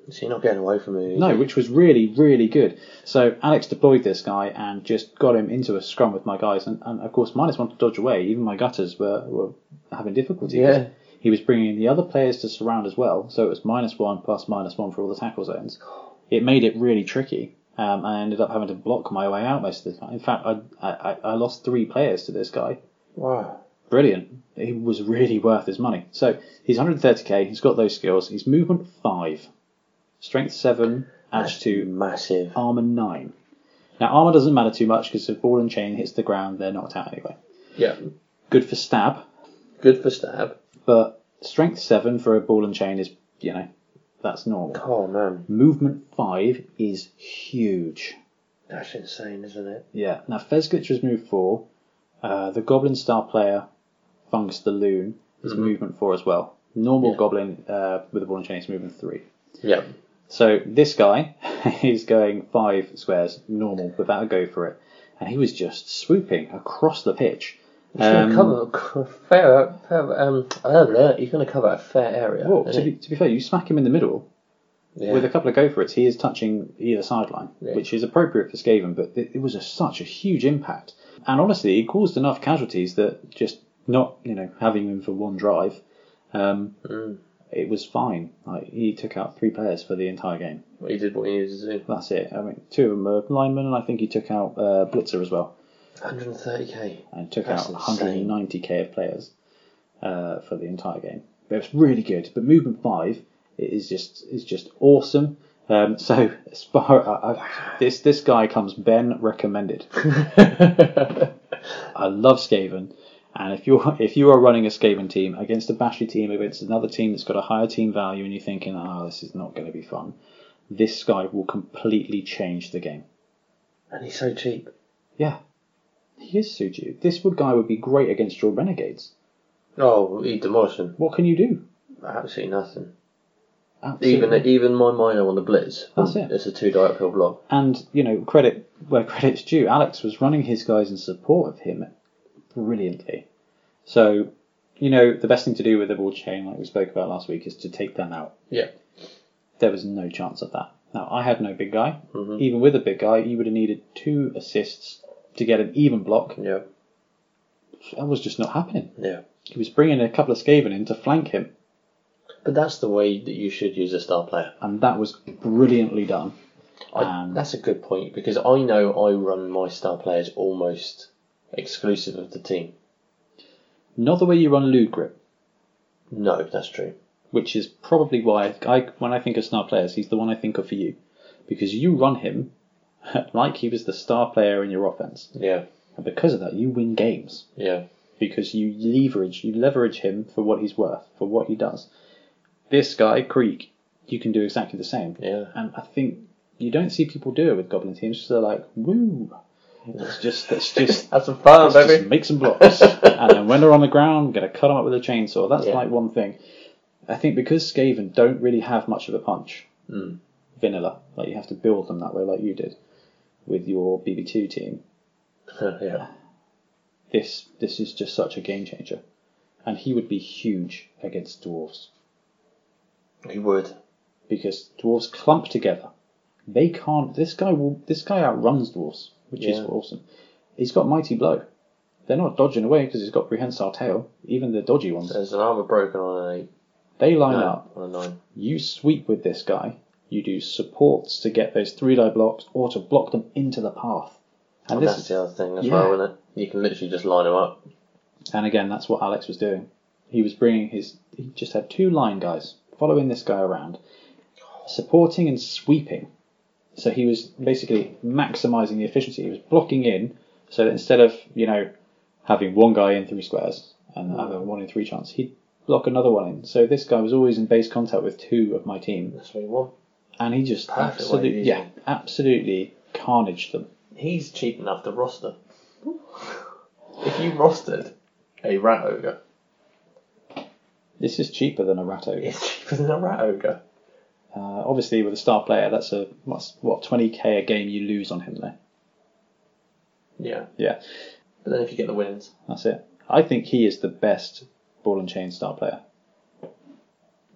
A: So you're not getting away from it.
B: No, which was really, really good. So Alex deployed this guy and just got him into a scrum with my guys, and, and of course minus one to dodge away. Even my gutters were, were having difficulty.
A: Yeah.
B: He was bringing the other players to surround as well, so it was minus one plus minus one for all the tackle zones. It made it really tricky. Um, and I ended up having to block my way out most of the time. In fact, I, I, I- I lost three players to this guy.
A: Wow.
B: Brilliant. He was really worth his money. So he's 130k. He's got those skills. He's movement five, strength seven, edge two,
A: Massive.
B: armor nine. Now armor doesn't matter too much because if ball and chain hits the ground, they're knocked out anyway.
A: Yeah.
B: Good for stab,
A: Good for stab.
B: but strength seven for a ball and chain is you know that's normal.
A: Oh man,
B: Movement five is huge.
A: that's insane, isn't it?
B: Yeah. Now Fezglitch was move four. Uh, the Goblin Star player, Fungus the Loon, is movement four as well. Normal Goblin uh, with a ball and chain is movement three.
A: Yeah.
B: So this guy is going five squares normal without a go for it, and he was just swooping across the pitch.
A: He's
B: Um,
A: going to cover a fair, fair um, uh, he's going to cover a fair area.
B: well,
A: isn't
B: Oh, to
A: he?
B: be, to be fair, you smack him in the middle
A: yeah.
B: with a couple of go for it. He is touching either sideline,
A: Yeah.
B: which is appropriate for Skaven, but it, it was a, such a huge impact. And honestly, it caused enough casualties that just not you know having him for one drive, um,
A: Mm.
B: it was fine. Like he took out three players for the entire game.
A: he did what he needed to do.
B: That's it. I mean, two of them were linemen, and I think he took out uh, Blitzer as well.
A: 130k.
B: and took
A: That's
B: out
A: insane.
B: 190k of players uh, for the entire game. It was really good, but movement five it is just is just awesome. Um, so as far I, I, this this guy comes Ben recommended. I love Skaven, and if you're if you are running a Skaven team against a Bashley team against another team that's got a higher team value, and you're thinking, oh, this is not going to be fun, this guy will completely change the game.
A: And he's so cheap.
B: Yeah, he is Suju. This would guy would be great against your Renegades.
A: Oh, he demolished him.
B: What can you do?
A: Absolutely nothing.
B: Absolutely.
A: Even even my minor on the blitz.
B: That's it.
A: It's a two die uphill block.
B: and you know, credit where credit's due. Alex was running his guys in support of him brilliantly. So, you know, the best thing to do with the ball chain, like we spoke about last week, is to take them out.
A: Yeah.
B: There was no chance of that. Now, I had no big guy. Even with a big guy, you would have needed two assists to get an even block.
A: Yeah.
B: That was just not happening.
A: Yeah.
B: He was bringing a couple of Skaven in to flank him,
A: But that's the way that you should use a star player.
B: and that was brilliantly done.
A: I,
B: Um,
A: that's a good point because I know I run my star players almost exclusive of the team.
B: Not the way you run Lude Grip.
A: No, that's true.
B: which is probably why I, when I think of star players, he's the one I think of for you, because you run him like he was the star player in your offense,
A: Yeah.
B: and because of that, you win games
A: Yeah.
B: because you leverage you leverage him for what he's worth, for what he does. This guy Creek, you can do exactly the same,
A: Yeah.
B: and I think you don't see people do it with goblin teams. So they're like, woo, let's just let's just
A: That's some fun,
B: Let's just make some blocks. and then when they're on the ground, I'm going to cut them up with a chainsaw. That's
A: Yeah.
B: like one thing. I think because Skaven don't really have much of a punch,
A: Hmm.
B: vanilla, like you have to build them that way, like you did with your BB2 team.
A: yeah.
B: This this is just such a game changer, and he would be huge against dwarves
A: He would.
B: because dwarves clump together. They can't. This guy will. This guy outruns dwarves, which is
A: Yeah.
B: awesome. He's got mighty blow. They're not dodging away because he's got prehensile tail. Even the dodgy ones.
A: There's an armor broken on an eight.
B: They line
A: No,
B: up.
A: on a nine.
B: You sweep with this guy. You do supports to get those three die blocks or to block them into the path. And
A: And
B: this
A: Oh, that's the other thing as
B: yeah.
A: well, isn't it? You can literally just line them up.
B: And again, that's what Alex was doing. He was bringing his. He just had two line guys following this guy around, supporting and sweeping. So he was basically maximizing the efficiency. He was blocking in, so that instead of you know having one guy in three squares and having one in three chance, he'd block another one in. So this guy was always in base contact with two of my team,
A: That's what you want.
B: and he just
A: Perfect way of
B: absolutely,
A: using
B: yeah, absolutely carnaged them.
A: He's cheap enough to roster. if you rostered a rat ogre,
B: This is cheaper than a rat ogre.
A: it's cheaper than a rat ogre.
B: Uh, obviously, with a star player, that's a what's what twenty k a game you lose on him there.
A: Yeah.
B: Yeah.
A: But then if you get the wins,
B: That's it. I think he is the best ball and chain star player.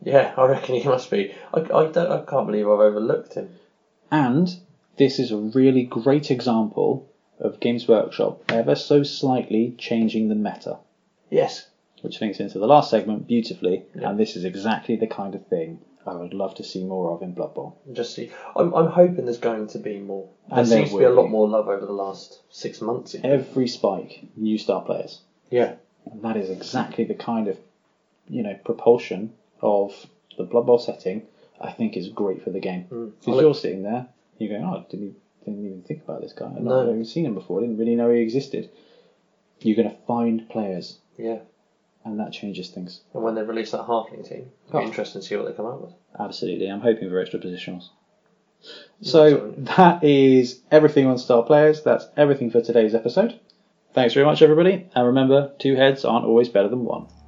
A: yeah, I reckon he must be. I, I, don't, I can't believe I've overlooked him.
B: And this is a really great example of Games Workshop ever so slightly changing the meta,
A: Yes.
B: which links into the last segment beautifully.
A: Yeah.
B: And this is exactly the kind of thing I would love to see more of in Blood Bowl.
A: Just see. I'm, I'm hoping there's going to be more. There
B: And there
A: seems to be a
B: will
A: lot
B: be.
A: more love over the last six months.
B: Every spike, new star players.
A: Yeah.
B: And that is exactly the kind of, you know, propulsion of the Blood Bowl setting I think is great for the game.
A: Mm.
B: Because you're sitting there, you're going, oh, I didn't, didn't even think about this guy. I've
A: No.
B: not even seen him before. I didn't really know he existed. You're going to find players,
A: Yeah.
B: and that changes things.
A: And when they release that halfling team, it'll
B: Oh.
A: be interesting to see what they come up with.
B: Absolutely. I'm hoping for extra positionals.
A: Yeah,
B: So
A: sorry.
B: that is everything on Star Players. That's everything for today's episode. Thanks very much, everybody. And remember, two heads aren't always better than one.